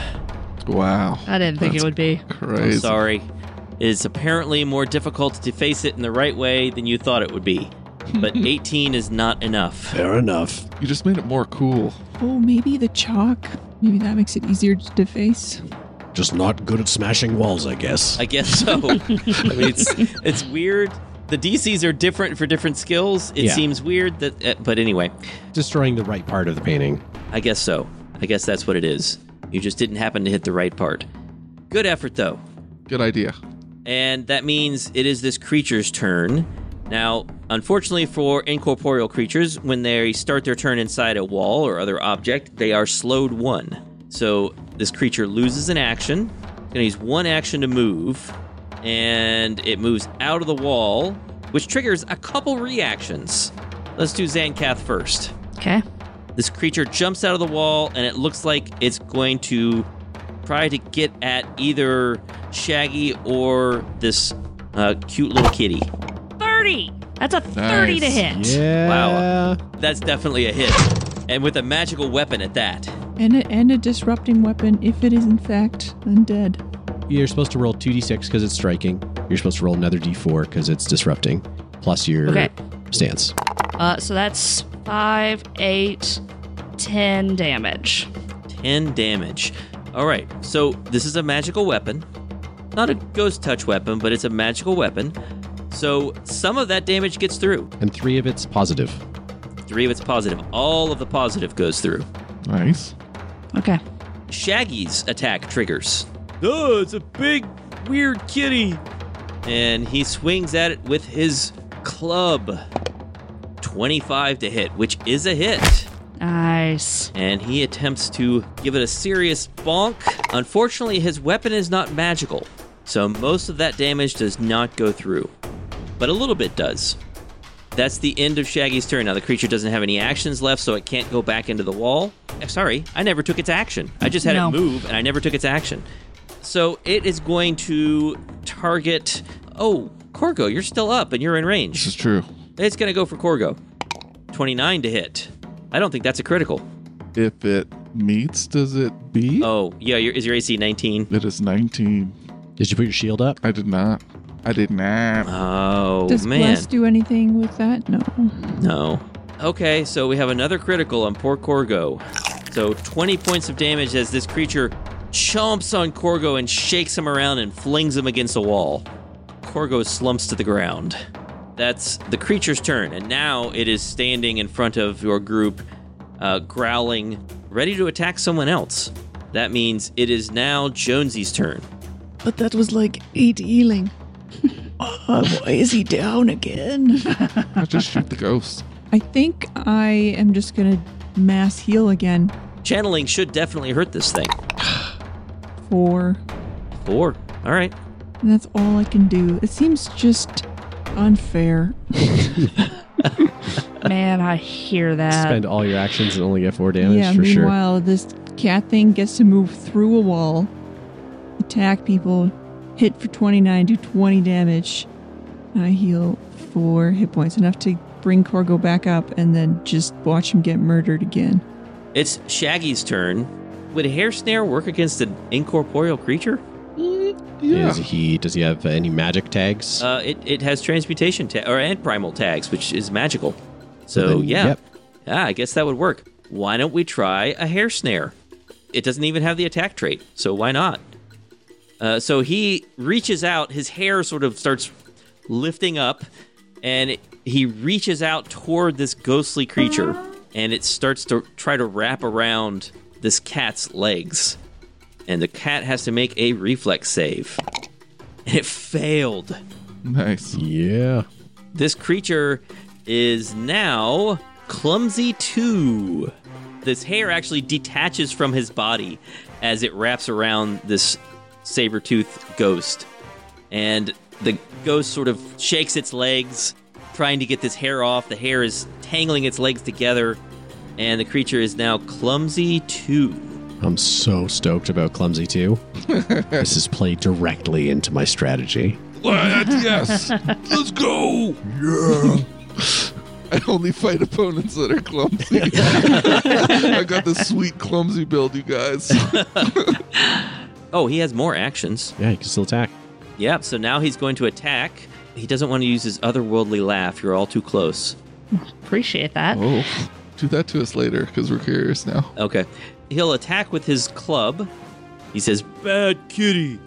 S5: Wow.
S3: I didn't think
S5: That's
S3: it would be.
S5: Crazy.
S1: I'm sorry. It is apparently more difficult to deface it in the right way than you thought it would be. But 18 is not enough.
S2: Fair enough.
S5: You just made it more cool.
S4: Oh, maybe the chalk. Maybe that makes it easier to deface.
S2: Just not good at smashing walls, I guess.
S1: I guess so. I mean, it's, it's weird. The DCs are different for different skills. It
S6: Yeah.
S1: seems weird that, uh, but anyway,
S6: Destroying the right part of the painting.
S1: I guess so. I guess that's what it is. You just didn't happen to hit the right part. Good effort, though.
S5: Good idea.
S1: And that means it is this creature's turn. Now, unfortunately for incorporeal creatures, when they start their turn inside a wall or other object, they are slowed one. So this creature loses an action. It's going to use one action to move, and it moves out of the wall, which triggers a couple reactions. Let's do Zancath first.
S3: Okay.
S1: This creature jumps out of the wall, and it looks like it's going to try to get at either Shaggy or this uh, cute little kitty.
S3: 30! That's a 30 to
S5: Nice.
S3: hit.
S6: Yeah.
S1: That's definitely a hit, and with a magical weapon at that.
S4: And a, and a disrupting weapon if it is in fact undead.
S6: You're supposed to roll 2d6 because it's striking. You're supposed to roll another d4 because it's disrupting, plus your
S3: Okay.
S6: stance.
S3: Uh, so that's 5, 8, 10 damage.
S1: 10 damage. All right, so this is a magical weapon. Not a ghost touch weapon, but it's a magical weapon. So some of that damage gets through.
S6: And three of it's positive.
S1: Three of it's positive. All of the positive goes through.
S5: Nice.
S3: Okay.
S1: Shaggy's attack triggers. Oh, it's a big, weird kitty. And he swings at it with his club. 25 to hit, which is a hit.
S3: Nice.
S1: And he attempts to give it a serious bonk. Unfortunately, his weapon is not magical, so most of that damage does not go through. But a little bit does. That's the end of Shaggy's turn. Now, the creature doesn't have any actions left, so it can't go back into the wall. Eh, Sorry, I never took its action. I just had
S3: No.
S1: it move, and I never took its action. So it is going to target. Oh, Corgo, you're still up and you're in range.
S5: This is true.
S1: It's going to go for Corgo. 29 to hit. I don't think that's a critical.
S5: If it meets, does it beat?
S1: Oh, yeah, your, is your AC 19?
S5: It is 19.
S6: Did you put your shield up?
S5: I did not. I did not.
S1: Oh,
S4: Does
S1: man.
S4: Bless do anything with that? No.
S1: No. Okay, so we have another critical on poor Corgo. So 20 points of damage as this creature chomps on Corgo and shakes him around and flings him against a wall. Corgo slumps to the ground. That's the creature's turn, and now it is standing in front of your group, uh, growling, ready to attack someone else. That means it is now Jonesy's turn.
S7: But that was like eight healing. oh, why is he down again?
S5: I just shoot the ghost.
S4: I think I am just gonna mass heal again
S1: Channeling should definitely hurt this thing.
S4: for
S1: Four. All right.
S4: and that's all I can do. It seems just unfair.
S3: Man, I hear that.
S6: Spend all your actions and only get four damage
S4: Uh, yeah,
S6: for sure.
S4: meanwhile this cat thing gets to move through a wall, attack people, hit for twenty nine, do twenty damage. I heal four hit points, enough to bring Corgo back up and then just watch him get murdered again.
S1: It's Shaggy's turn. Would hair snare work against an incorporeal creature?
S5: Yeah.
S6: Is he? Does he have any magic tags?
S1: Uh, it, it has transmutation ta- or and primal tags, which is magical. So
S6: then,
S1: yeah,
S6: yep.
S1: ah, I guess that would work. Why don't we try a hair snare? It doesn't even have the attack trait, so why not? Uh, so he reaches out, his hair sort of starts lifting up, and it- he reaches out toward this ghostly creature, and it starts to try to wrap around this cat's legs. And the cat has to make a reflex save. And it failed.
S5: Nice.
S6: yeah.
S1: This creature is now clumsy two. This hair actually detaches from his body as it wraps around this saber tooth ghost. And the ghost sort of shakes its legs, trying to get this hair off. The hair is tangling its legs together, and the creature is now clumsy two.
S6: I'm so stoked about Clumsy 2. this is played directly into my strategy.
S5: yes, let's go. Yeah. I only fight opponents that are clumsy. I got this sweet clumsy build, you guys.
S1: Oh, he has more actions.
S6: Yeah, you can still attack.
S1: Yep, so now he's going to attack. He doesn't want to use his otherworldly laugh. You're all too close.
S3: Appreciate that.
S5: Oh, do that to us later because we're curious now.
S1: Okay. He'll attack with his club. He says, Bad kitty.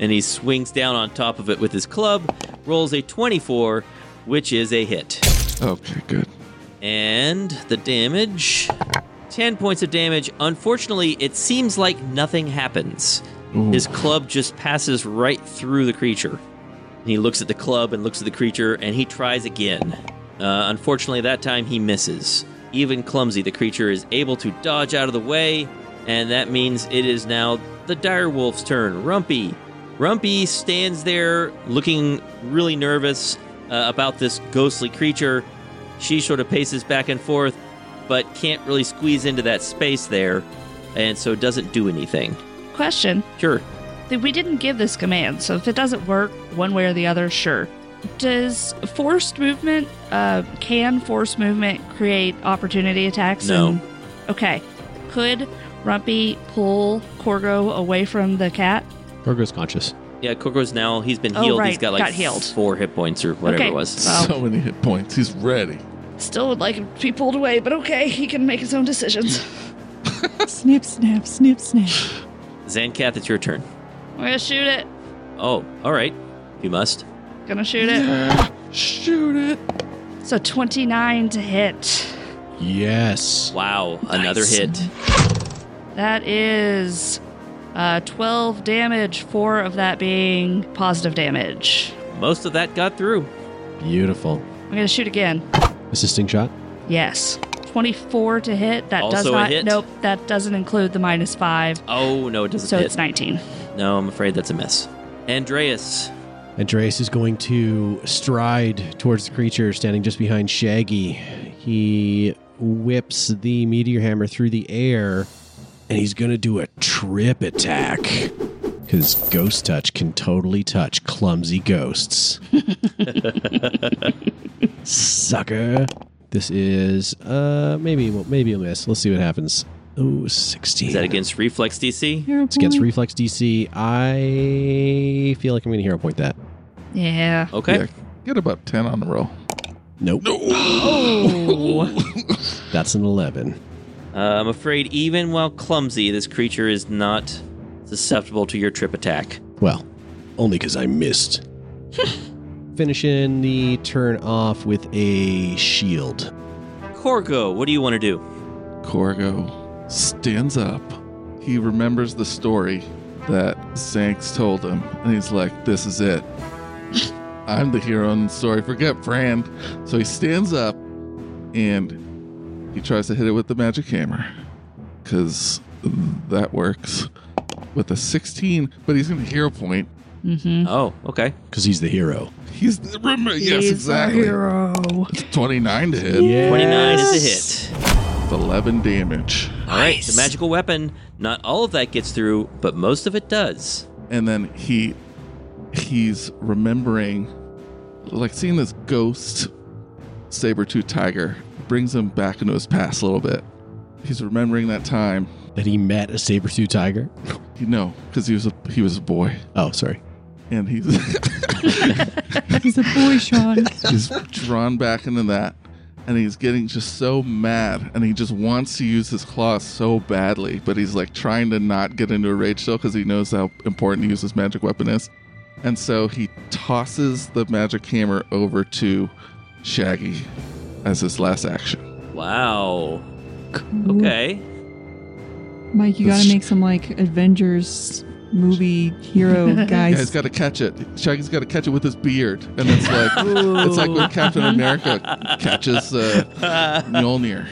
S1: And he swings down on top of it with his club, rolls a 24, which is a hit.
S5: Okay, Oh, good.
S1: And the damage 10 points of damage. Unfortunately, it seems like nothing happens. His club just passes right through the creature. And he looks at the club and looks at the creature and he tries again. Uh, unfortunately, that time he misses. Even clumsy, the creature is able to dodge out of the way, and that means it is now the direwolf's turn. Rumpy. Rumpy stands there looking really nervous uh, about this ghostly creature. She sort of paces back and forth, but can't really squeeze into that space there, and so doesn't do anything.
S3: Question
S1: Sure.
S3: that we didn't give this command, so if it doesn't work one way or the other, sure. Does forced movement, uh, can forced movement create opportunity attacks?
S1: No.
S3: and- okay. Could Rumpy pull Corgo away from the cat?
S6: Gorgo's conscious.
S1: Yeah, Corco's now he's been
S3: Oh,
S1: healed. He's
S3: right.
S1: got like
S3: Got healed.
S1: four hit points or whatever
S3: Okay.
S1: it was.
S3: Wow.
S5: So many hit points. He's ready.
S3: Still would like him to be pulled away, but okay, he can make his own decisions.
S4: Snip, snap, snip, snap.
S1: Zancath, it's your turn.
S3: I'm gonna shoot it.
S1: Oh, all right. You must.
S3: Gonna shoot it.
S5: Shoot it.
S3: So 29 to hit.
S6: Yes.
S1: Wow, another hit.
S3: That is uh, 12 damage, four of that being positive damage.
S1: Most of that got through.
S6: Beautiful.
S3: I'm gonna shoot again.
S6: Assisting shot.
S3: Yes. 24 to hit. That does
S1: Also a
S3: not.
S1: hit?
S3: Nope, that doesn't include the minus five.
S1: Oh no, it doesn't
S3: So
S1: hit.
S3: it's 19.
S1: No, I'm afraid that's a miss. Andreas,
S6: Andreas is going to stride towards the creature standing just behind Shaggy. He whips the meteor hammer through the air and he's going to do a trip attack. Because Ghost Touch can totally touch clumsy ghosts. Sucker. This is uh maybe well, maybe a miss. Let's see what happens. Ooh, 16.
S1: is that against reflex DC?
S4: Hero
S6: It's against
S4: point.
S6: reflex DC. I feel like I'm going to hero point that.
S3: Yeah.
S1: Okay.
S5: Yeah, get about 10 on the roll.
S6: Nope. That's an 11.
S1: Uh, I'm afraid even while clumsy, this creature is not susceptible to your trip attack.
S6: Well, only because I missed. Finishing the turn off with a shield.
S1: Corgo, what do you want to do?
S5: Corgo stands up. He remembers the story that Zanx told him, and he's like, This is it. I'm the hero in the story. Forget Brand. So he stands up and he tries to hit it with the magic hammer because that works with a 16, but he's going to hero point.
S3: Mm-hmm.
S1: Oh, okay.
S6: Because he's the hero.
S5: He's the remember, yes, exactly.
S7: Hero.
S5: 29 to hit,
S1: 29 is a hit.
S5: with 11 damage.
S1: All right, the magical weapon. Not all of that gets through, but most of it does.
S5: and then he he's remembering like seeing this ghost saber-tooth tiger brings him back into his past a little bit he's remembering that time
S6: That he met a saber tooth tiger.
S5: you know because he was a he was a boy
S6: Oh, sorry.
S5: and he's
S4: He's a boy, Sean.
S5: he's drawn back into that and he's getting just so mad and he just wants to use his claws so badly but he's like trying to not get into a rage still because he knows how important to use his magic weapon is and so he tosses the magic hammer over to shaggy as his last action
S1: Wow.
S4: Cool.
S1: Okay.
S4: Mike, you gotta make some like Avengers movie hero
S5: Yeah, he's
S4: guys.
S5: got to catch it. Shaggy's got to catch it with his beard, and it's like it's like when Captain America catches uh, Mjolnir.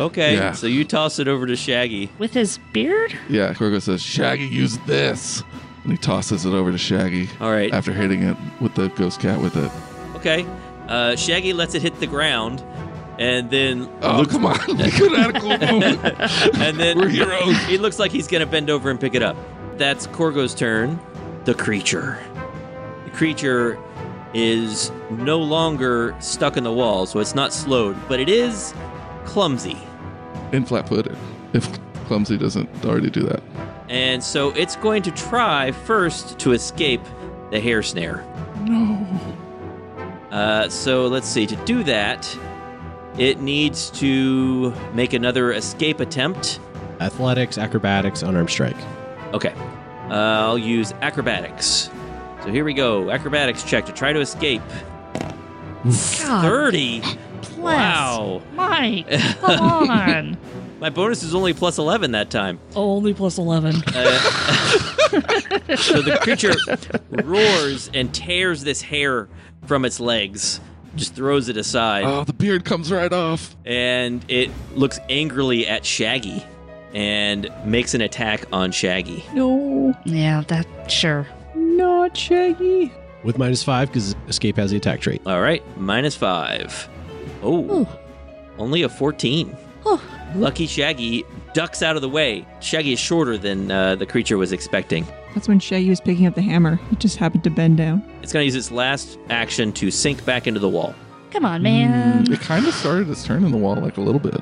S1: Okay,
S5: Yeah.
S1: so you toss it over to Shaggy.
S3: With his beard?
S5: Yeah, Gorgo says, "Shaggy, use this," and he tosses it over to Shaggy.
S1: All right.
S5: After hitting it with the ghost cat with it.
S1: Okay, uh, Shaggy lets it hit the ground, and then
S5: Oh come on! we could have had a cool moment.
S1: and then
S5: We're heroes.
S1: He looks like he's gonna bend over and pick it up. That's Corgo's turn. The creature. The creature is no longer stuck in the wall, so it's not slowed, but it is clumsy.
S5: And flat-footed. If clumsy doesn't already do that.
S1: And so it's going to try first to escape the hair snare.
S5: No.
S1: Uh, so let's see. To do that, it needs to make another escape attempt.
S6: Athletics, acrobatics, unarmed strike.
S1: Okay. Uh, I'll use acrobatics. So here we go. Acrobatics check to try to escape.
S3: God
S1: 30.
S3: bless.
S1: Wow.
S3: Mike, come on.
S1: My bonus is only plus 11 that time.
S3: Only plus 11.
S1: So the creature roars and tears this hair from its legs, just throws it aside,
S5: Oh, the beard comes right off.
S1: and it looks angrily at Shaggy and makes an attack on Shaggy.
S4: no,
S3: yeah, that, sure.
S4: not Shaggy.
S6: With minus five, because escape has the attack trait.
S1: All right, minus five. Oh,
S3: Ooh.
S1: only a 14.
S3: Oh.
S1: Lucky Shaggy ducks out of the way. Shaggy is shorter than uh, the creature was expecting.
S4: That's when Shaggy was picking up the hammer. He just happened to bend down.
S1: It's going to use its last action to sink back into the wall.
S3: Come on, man.
S5: It kind of started its turn in the wall like a little bit.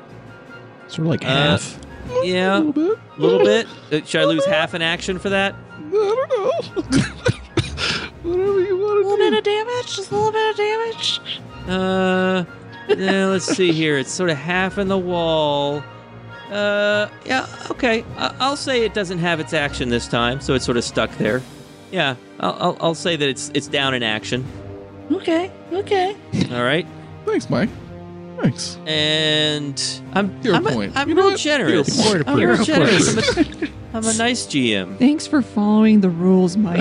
S6: Sort of like
S1: Uh,
S6: half.
S1: Yeah,
S5: A little bit.
S1: a little bit. Uh, Should I lose half an action for that?
S5: I don't know. Whatever you want to do.
S3: of damage, just a little bit of damage.
S1: Uh, yeah, let's see here. It's sort of half in the wall. Uh, yeah, okay. I- I'll say it doesn't have its action this time, so it's sort of stuck there. Yeah, I'll, I'll, I'll say that it's it's down in action.
S3: Okay, okay.
S1: All right,
S5: Thanks, Mike. Thanks.
S1: and I'm
S5: Hero
S1: I'm, a-
S5: point.
S1: I'm
S5: You know
S1: real
S5: what?
S1: generous.
S5: Hero
S1: I'm
S5: point.
S1: real
S5: Hero
S1: generous.
S5: point.
S1: I'm a, I'm a nice GM.
S4: Thanks for following the rules, Mike.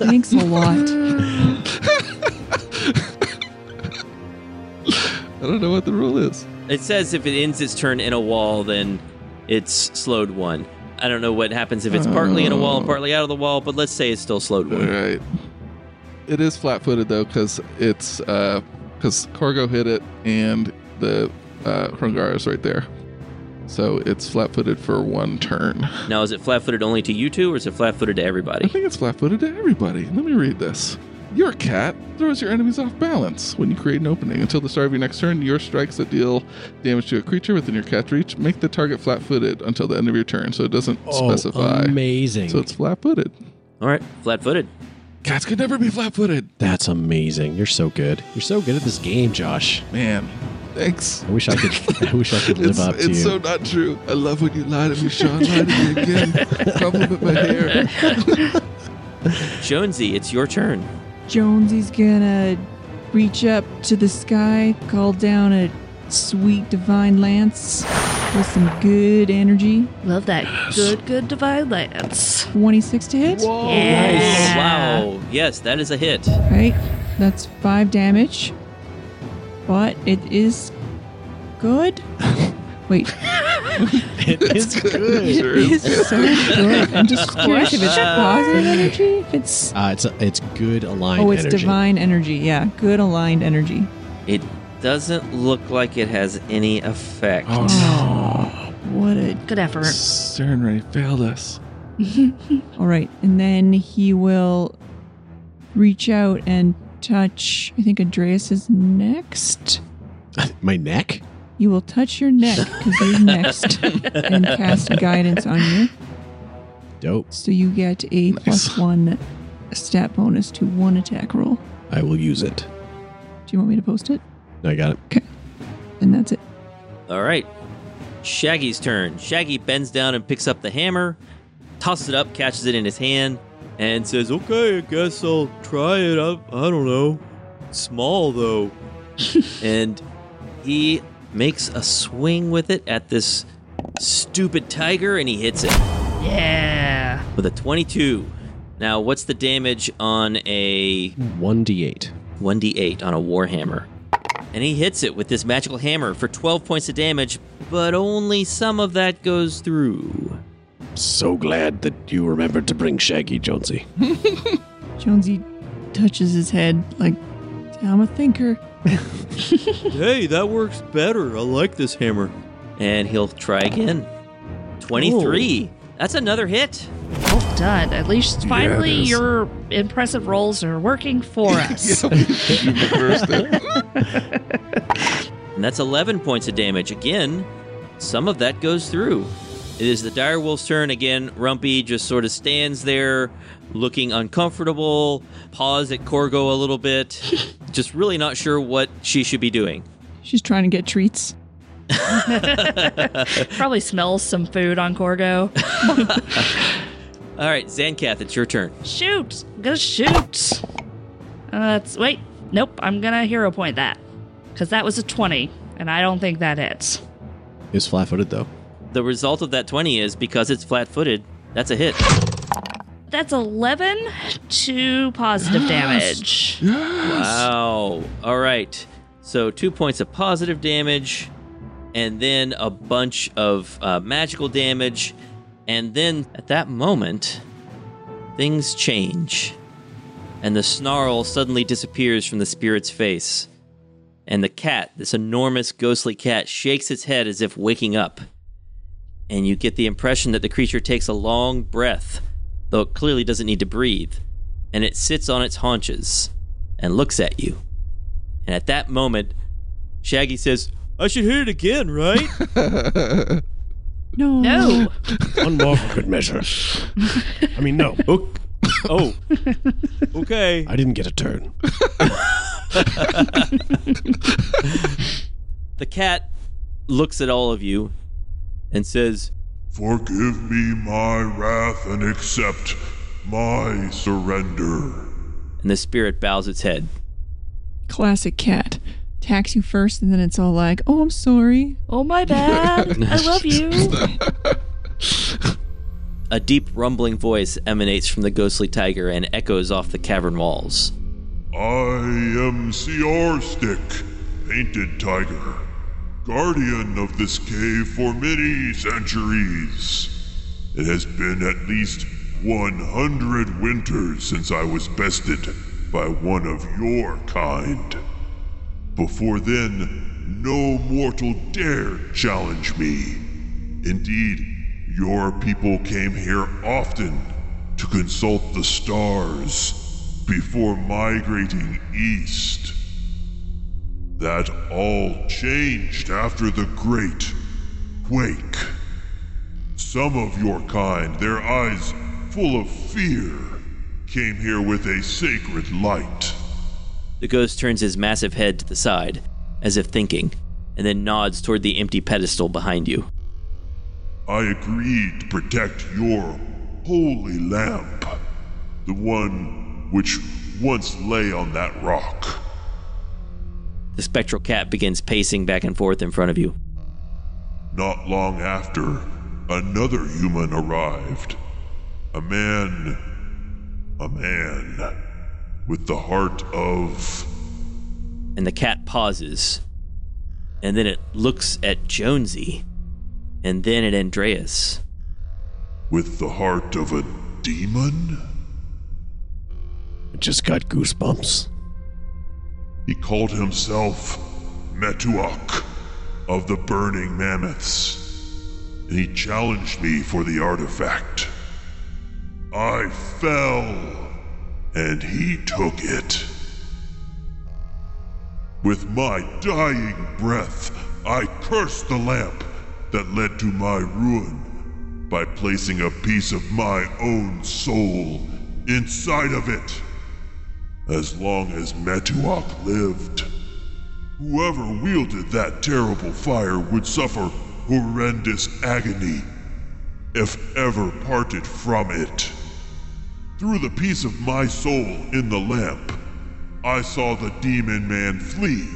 S4: Thanks a lot.
S5: I don't know what the rule is.
S1: It says if it ends its turn in a wall, then it's slowed one. I don't know what happens if it's partly in a wall,
S5: Oh.
S1: partly out of the wall, but let's say it's still slowed
S5: All
S1: one.
S5: right. It is flat-footed though, because it's because Corgo hit it and the uh, Krungar is right there, so it's flat-footed for one turn.
S1: Now, is it flat footed only to you two, or is it flat footed to
S5: I
S1: everybody?
S5: think it's flat footed to everybody. Let me read this. Your cat throws your enemies off balance when you create an opening. Until the start of your next turn, your strikes that deal damage to a creature within your cat's reach make the target flat footed until the end of your turn, so it doesn't specify.
S6: Oh, amazing.
S5: So it's flat footed.
S1: All right, flat footed.
S5: Cats could never be flat footed.
S6: That's amazing. You're so good. You're so good at this game, Josh.
S5: Man, thanks.
S6: I wish I could. I wish I could live
S5: It's,
S6: up to you.
S5: it's so not true. I love when you lie to me, Sean. Lie to me again. Compliment my hair.
S1: Jonesy, it's your turn.
S4: Jonesy's gonna reach up to the sky, call down a sweet divine lance with some good energy.
S1: Mm.
S3: Love that good, good divine lance.
S4: 26 to hit.
S3: Yeah.
S1: Oh, Wow. Yes, that is a hit.
S4: Right? That's five damage. But it is good. Wait,
S6: it's good.
S4: it
S5: Sure is.
S4: is so good. I'm just curious if it's positive energy, if it's
S6: Uh, it's it's good aligned.
S4: oh, it's
S6: energy.
S4: divine energy. Yeah, good aligned energy.
S1: It doesn't look like it has any effect.
S4: What a
S3: Good effort.
S5: Stern Ray failed us.
S4: All right, and then he will reach out and touch. I think Andreas is next.
S6: My neck.
S4: You will touch your neck because he's next, and cast guidance on you,
S6: Dope.
S4: so you get a plus one stat bonus to one attack roll.
S6: I will use it.
S4: Do you want me to post it?
S6: I got it.
S4: And that's it.
S1: All right. Shaggy's turn. Shaggy bends down and picks up the hammer, tosses it up, catches it in his hand, and says, Okay, I guess I'll try it. I, I don't know. Small, though. and he makes a swing with it at this stupid tiger and he hits it.
S3: Yeah.
S1: with a 22. Now, what's the damage on a
S6: 1d8.
S1: 1d8 on a warhammer? And he hits it with this magical hammer for 12 points of damage, but only some of that goes through.
S2: So glad that you remembered to bring Shaggy, Jonesy.
S4: Jonesy touches his head like, I'm a thinker.
S8: hey, that works better. I like this hammer.
S1: And he'll try again. 23. That's another hit.
S3: Well done. At least finally
S5: it is.
S3: your impressive rolls are working for us.
S5: you reversed it.
S1: And that's 11 points of damage. Again, some of that goes through. It is the dire wolf's turn again. Rumpy just sort of stands there, looking uncomfortable, paws at Corgo a little bit, just really not sure what she should be doing.
S4: She's trying to get treats.
S3: Probably smells some food on Corgo.
S1: All right, Zancath, it's your turn.
S3: shoot! I'm gonna shoot! Uh, that's, wait, nope, I'm gonna hero point that. Because that was a 20, and I don't think that hits.
S6: It was flat footed, though.
S1: The result of that 20 is because it's flat footed, that's a hit.
S3: That's 11 to positive damage.
S1: Wow. All right. So two points of positive damage, and then a bunch of uh, magical damage. And then at that moment, things change. And the snarl suddenly disappears from the spirit's face. And the cat, this enormous ghostly cat, shakes its head as if waking up. And you get the impression that the creature takes a long breath, though it clearly doesn't need to breathe. And it sits on its haunches and looks at you. And at that moment, Shaggy says, I should hit it again, right?
S4: No.
S3: No!
S2: One more for good measure. I mean, no.
S8: Oh. okay.
S2: I didn't get a turn.
S1: the cat looks at all of you and says,
S9: Forgive me my wrath and accept my surrender.
S1: and the spirit bows its head.
S4: Classic cat. Attacks you first, and then it's all like, oh, I'm sorry.
S3: Oh, my bad. I love you.
S1: A deep rumbling voice emanates from the ghostly tiger and echoes off the cavern walls.
S9: I am Sior Stick, Painted Tiger, guardian of this cave for many centuries. It has been at least 100 winters since I was bested by one of your kind. Before then, no mortal dared challenge me. Indeed, your people came here often to consult the stars before migrating east. That all changed after the Great Quake. Some of your kind, their eyes full of fear, came here with a sacred light.
S1: The ghost turns his massive head to the side, as if thinking, and then nods toward the empty pedestal behind you.
S9: I agreed to protect your holy lamp, the one which once lay on that rock.
S1: The spectral cat begins pacing back and forth in front of you.
S9: Not long after, another human arrived. A man. A man. With the heart of.
S1: and the cat pauses. And then it looks at Jonesy, and then at Andreas.
S9: With the heart of a demon?
S2: I just got goosebumps.
S9: He called himself Metuok of the Burning Mammoths, and he challenged me for the artifact. I fell, and he took it. With my dying breath, I cursed the lamp that led to my ruin by placing a piece of my own soul inside of it. As long as Metuok lived, whoever wielded that terrible fire would suffer horrendous agony if ever parted from it. Through the piece of my soul in the lamp, I saw the demon man flee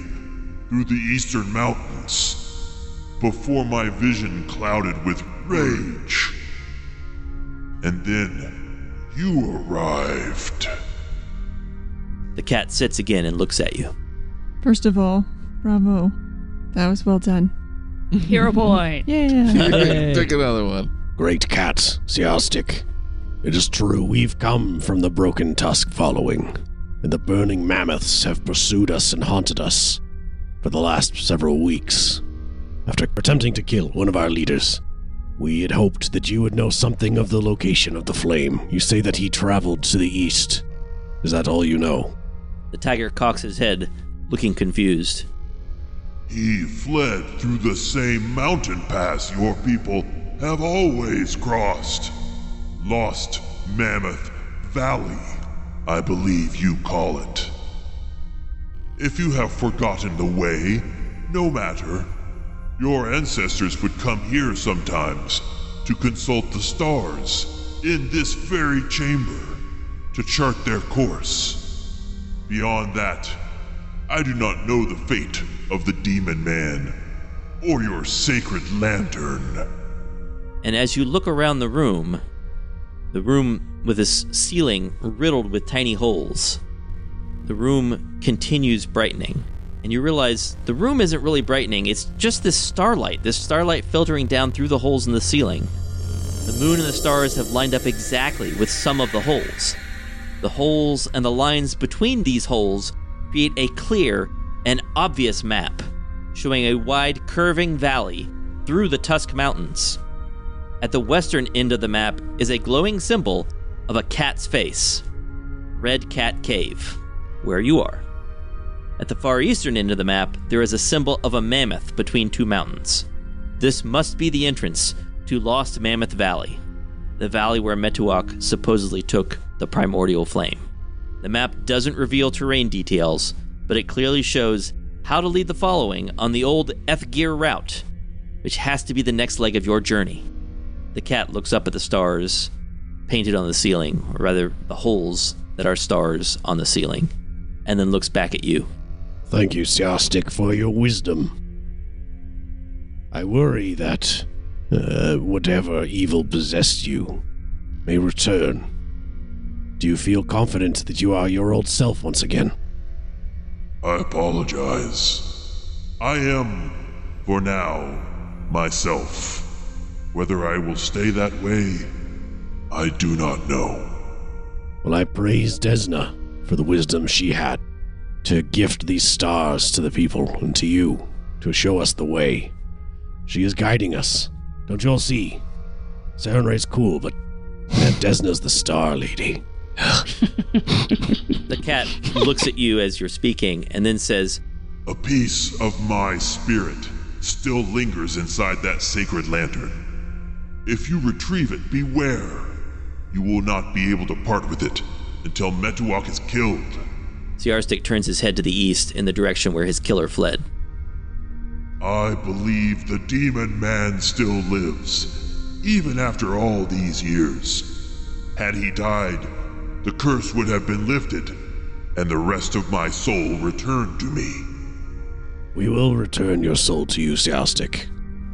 S9: through the eastern mountains before my vision clouded with rage. and then you arrived.
S1: The cat sits again and looks at you.
S4: First of all, bravo. That was well done.
S3: Hero point.
S4: Yeah.
S5: Take another one.
S2: Great cat, Siastic. It is true, we've come from the broken tusk following, and the burning mammoths have pursued us and haunted us for the last several weeks. After attempting to kill one of our leaders, we had hoped that you would know something of the location of the flame. You say that he traveled to the east. Is that all you know?
S1: The tiger cocks his head, looking confused.
S9: He fled through the same mountain pass your people have always crossed. Lost Mammoth Valley, I believe you call it. If you have forgotten the way, no matter. Your ancestors would come here sometimes to consult the stars in this very chamber to chart their course. Beyond that, I do not know the fate of the demon man or your sacred lantern.
S1: And as you look around the room, the room with its ceiling riddled with tiny holes, the room continues brightening. And you realize the room isn't really brightening, it's just this starlight, this starlight filtering down through the holes in the ceiling. The moon and the stars have lined up exactly with some of the holes. The holes and the lines between these holes create a clear and obvious map, showing a wide curving valley through the Tusk Mountains. At the western end of the map is a glowing symbol of a cat's face Red Cat Cave, where you are. At the far eastern end of the map, there is a symbol of a mammoth between two mountains. This must be the entrance to Lost Mammoth Valley, the valley where Metuok supposedly took the primordial flame. The map doesn't reveal terrain details, but it clearly shows how to lead the following on the old F gear route, which has to be the next leg of your journey. The cat looks up at the stars painted on the ceiling, or rather, the holes that are stars on the ceiling, and then looks back at you.
S2: Thank you, Siastic, for your wisdom. I worry that uh, whatever evil possessed you may return. Do you feel confident that you are your old self once again?
S9: I apologize. I am, for now, myself. Whether I will stay that way, I do not know.
S2: Well, I praise Desna for the wisdom she had to gift these stars to the people and to you to show us the way. She is guiding us. Don't you all see? Serenray's cool, but man, Desna's the star lady.
S1: The cat looks at you as you're speaking and then says,
S9: A piece of my spirit still lingers inside that sacred lantern. If you retrieve it, beware. You will not be able to part with it until Metuok is killed.
S1: Siarstic turns his head to the east in the direction where his killer fled.
S9: I believe the demon man still lives, even after all these years. Had he died, the curse would have been lifted, and the rest of my soul returned to me.
S2: We will return your soul to you, Siastic.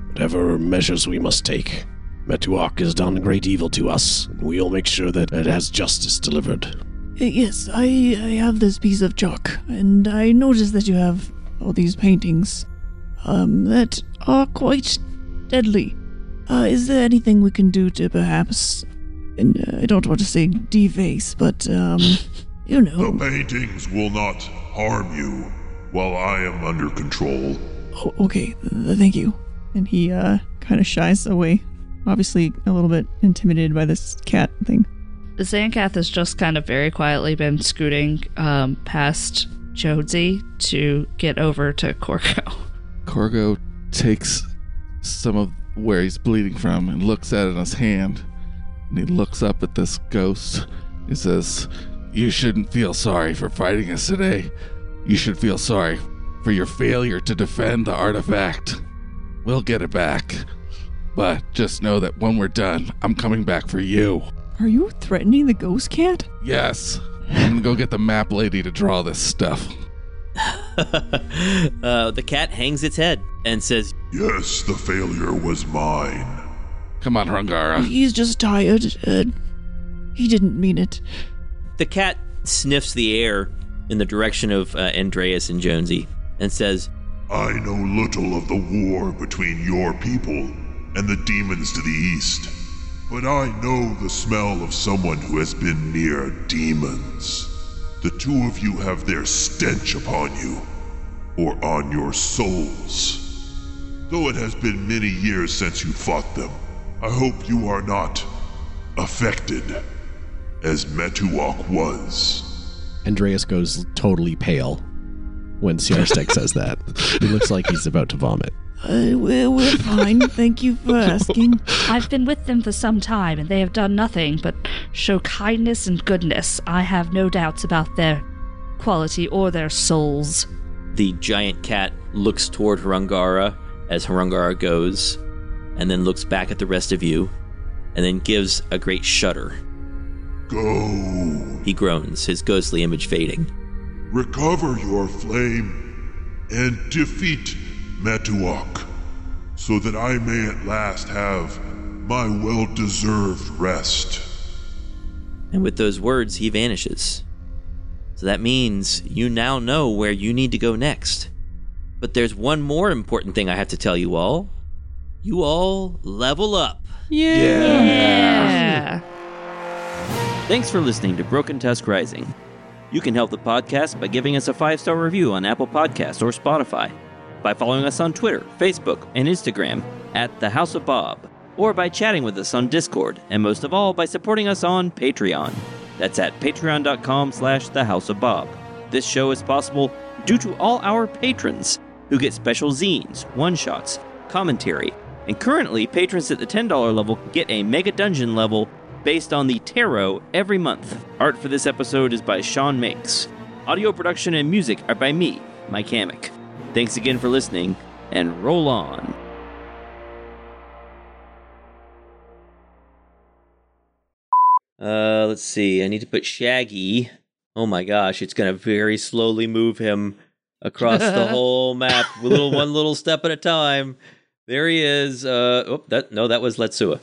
S2: Whatever measures we must take. Metuok has done great evil to us, and we'll make sure that it has justice delivered.
S7: Uh, Yes, I, I have this piece of chalk, and I notice that you have all these paintings um, that are quite deadly. Uh, is there anything we can do to perhaps, and uh, I don't want to say deface, but um, you
S9: The
S7: know,
S9: paintings will not harm you while I am under control.
S7: oh, okay, th- thank you.
S4: and he uh, kind of shies away, obviously a little bit intimidated by this cat thing.
S3: Zancath has just kind of very quietly been scooting um, past Jonesy to get over to Corco.
S5: Corgo takes some of where he's bleeding from and looks at it in his hand. And he looks up at this ghost. He says, You shouldn't feel sorry for fighting us today. You should feel sorry for your failure to defend the artifact. We'll get it back. But just know that when we're done, I'm coming back for you.
S4: Are you threatening the ghost cat?
S5: Yes. I'm gonna go get the map lady to draw this stuff.
S1: Uh, the cat hangs its head and says,
S9: Yes, the failure was mine.
S5: Come on, Rungara.
S7: He's just tired. Uh,
S4: He didn't mean it.
S1: The cat sniffs the air in the direction of uh, Andreas and Jonesy and says,
S9: I know little of the war between your people and the demons to the east, but I know the smell of someone who has been near demons. The two of you have their stench upon you, or on your souls. Though it has been many years since you fought them, I hope you are not affected as Metuok was.
S6: Andreas goes totally pale when Siarstek says that. He looks like he's about to vomit.
S7: Uh, we're, we're fine. Thank you for asking.
S3: I've been with them for some time, and they have done nothing but show kindness and goodness. I have no doubts about their quality or their souls.
S1: The giant cat looks toward Harangara as Harangara goes, and then looks back at the rest of you, and then gives a great shudder.
S9: Go!
S1: He groans, his ghostly image fading.
S9: recover your flame and defeat Metuok, so that I may at last have my well deserved rest.
S1: And with those words, he vanishes. So that means you now know where you need to go next. But there's one more important thing I have to tell you all. You all level up.
S3: Yeah.
S1: Thanks for listening to Broken Tusk Rising. You can help the podcast by giving us a five star review on Apple Podcasts or Spotify, by following us on Twitter, Facebook, and Instagram at The House of Bob, or by chatting with us on Discord, and most of all, by supporting us on Patreon. That's at patreon.com slash The House of Bob. This show is possible due to all our patrons who get special zines, one shots, commentary, and currently patrons at the $10 level get a mega dungeon level based on the tarot every month. Art for this episode is by Sean Makes. Audio production and music are by me, Mike Hammock. Thanks again for listening, and roll on. Uh, let's see. I need to put Shaggy. Oh my gosh, it's gonna very slowly move him across the whole map, with little one little step at a time. There he is. Uh, oh, that no, that was Letsua.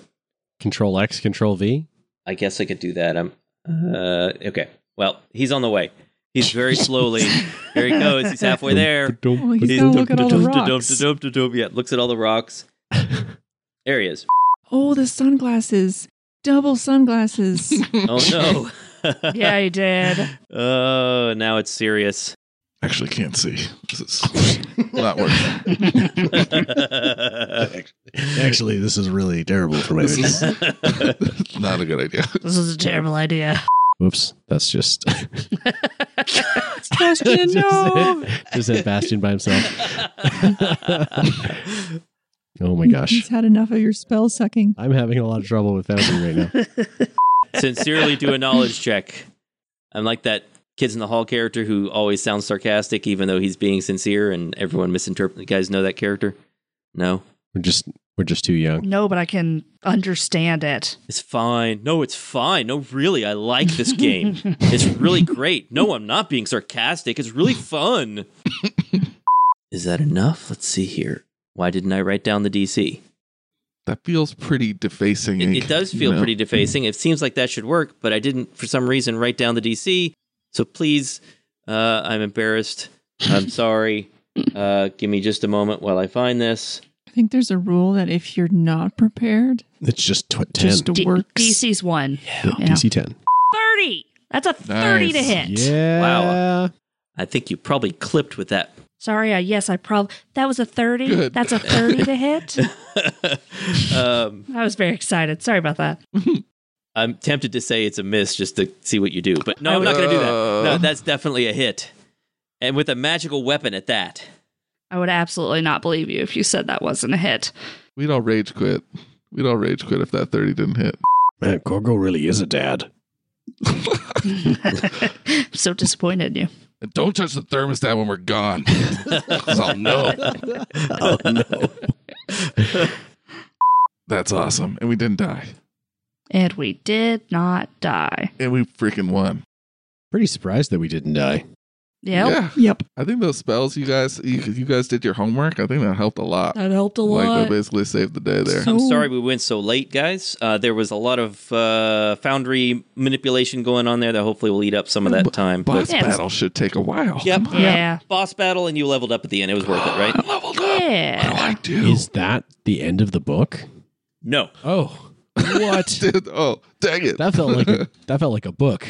S6: Control X, Control V.
S1: I guess I could do that. I'm uh, okay. Well, he's on the way. He's very slowly. Here he goes. He's halfway there.
S4: Well, he's gonna look at all the rocks.
S1: Yeah, looks at all the rocks. There he is.
S4: Oh, the sunglasses. Double sunglasses.
S1: Oh no.
S3: Yeah, he did.
S1: Oh, now it's serious.
S5: Actually, can't see. This is not working.
S2: Actually, this is really terrible for my
S5: This
S2: vision.
S5: is not a good idea.
S3: This is a terrible idea.
S6: Whoops, that's just
S4: Sebastian, no.
S6: just said Bastion by himself. Oh my gosh,
S4: He's had enough of your spell sucking.
S6: I'm having a lot of trouble with Foundry right now.
S1: Sincerely, do a knowledge check. I'm like that kids in the hall character who always sounds sarcastic, even though he's being sincere, and everyone misinterprets. You guys know that character? No,
S6: We're just we're just too young.
S3: No, but I can understand it.
S1: it's fine. No, it's fine. No, really, I like this game. it's really great. No, I'm not being sarcastic. It's really fun. Is that enough? Let's see here. Why didn't I write down the DC?
S5: That feels pretty defacing.
S1: It,
S5: and
S1: it does
S5: you
S1: feel
S5: know,
S1: pretty defacing. It seems like that should work, but I didn't, for some reason, write down the DC. So please, uh, I'm embarrassed. I'm sorry. Uh, give me just a moment while I find this.
S4: I think there's a rule that if you're not prepared,
S2: It's just tw- 10.
S4: just
S3: D-
S4: works.
S3: DC's one. Yeah.
S6: DC ten.
S3: 30. That's a 30 to
S5: Nice.
S3: hit.
S6: Yeah.
S1: I think you probably clipped with that.
S3: Sorry, I, yes, I probably. That was a 30.
S5: Good.
S3: That's a 30 to hit.
S1: um,
S3: I was very excited. Sorry about that.
S1: I'm tempted to say it's a miss just to see what you do, but no, I'm not going to do that.
S5: Uh.
S1: No, that's definitely a hit. And with a magical weapon at that.
S3: I would absolutely not believe you if you said that wasn't a hit.
S5: We'd all rage quit. We'd all rage quit if that 30 didn't hit.
S2: Man, Corgo really is a dad.
S3: I'm so disappointed in you.
S5: And don't touch the thermostat when we're gone. 'Cause I'll know.
S2: Oh, no.
S1: Oh,
S5: That's awesome. And we didn't die.
S3: And we did not die.
S5: And we freaking won.
S6: Pretty surprised that we didn't die.
S3: Yep.
S5: Yeah.
S4: Yep.
S5: I think those spells you guys you, you guys did your homework. I think that helped a lot.
S3: That helped a lot.
S5: Like we basically saved the day there.
S1: I'm sorry we went so late, guys. Uh, there was a lot of uh, foundry manipulation going on there that hopefully will eat up some of that time.
S5: Boss
S1: But,
S3: Yeah.
S5: battle should take a while.
S1: yep.
S3: Yeah.
S1: Boss battle, and you leveled up at the end. It was worth it, right?
S5: I leveled up. What do
S3: Yeah.
S5: I do?
S6: Is that the end of the book?
S1: No.
S6: Oh, what?
S5: Dude, oh, dang it.
S6: that felt like a, that felt like a book.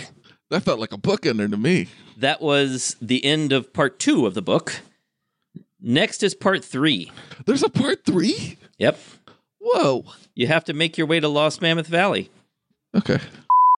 S5: That felt like a bookender to me.
S1: That was the end of part two of the book. Next is part three.
S5: There's a part three?
S1: Yep.
S5: Whoa.
S1: You have to make your way to Lost Mammoth Valley.
S5: Okay.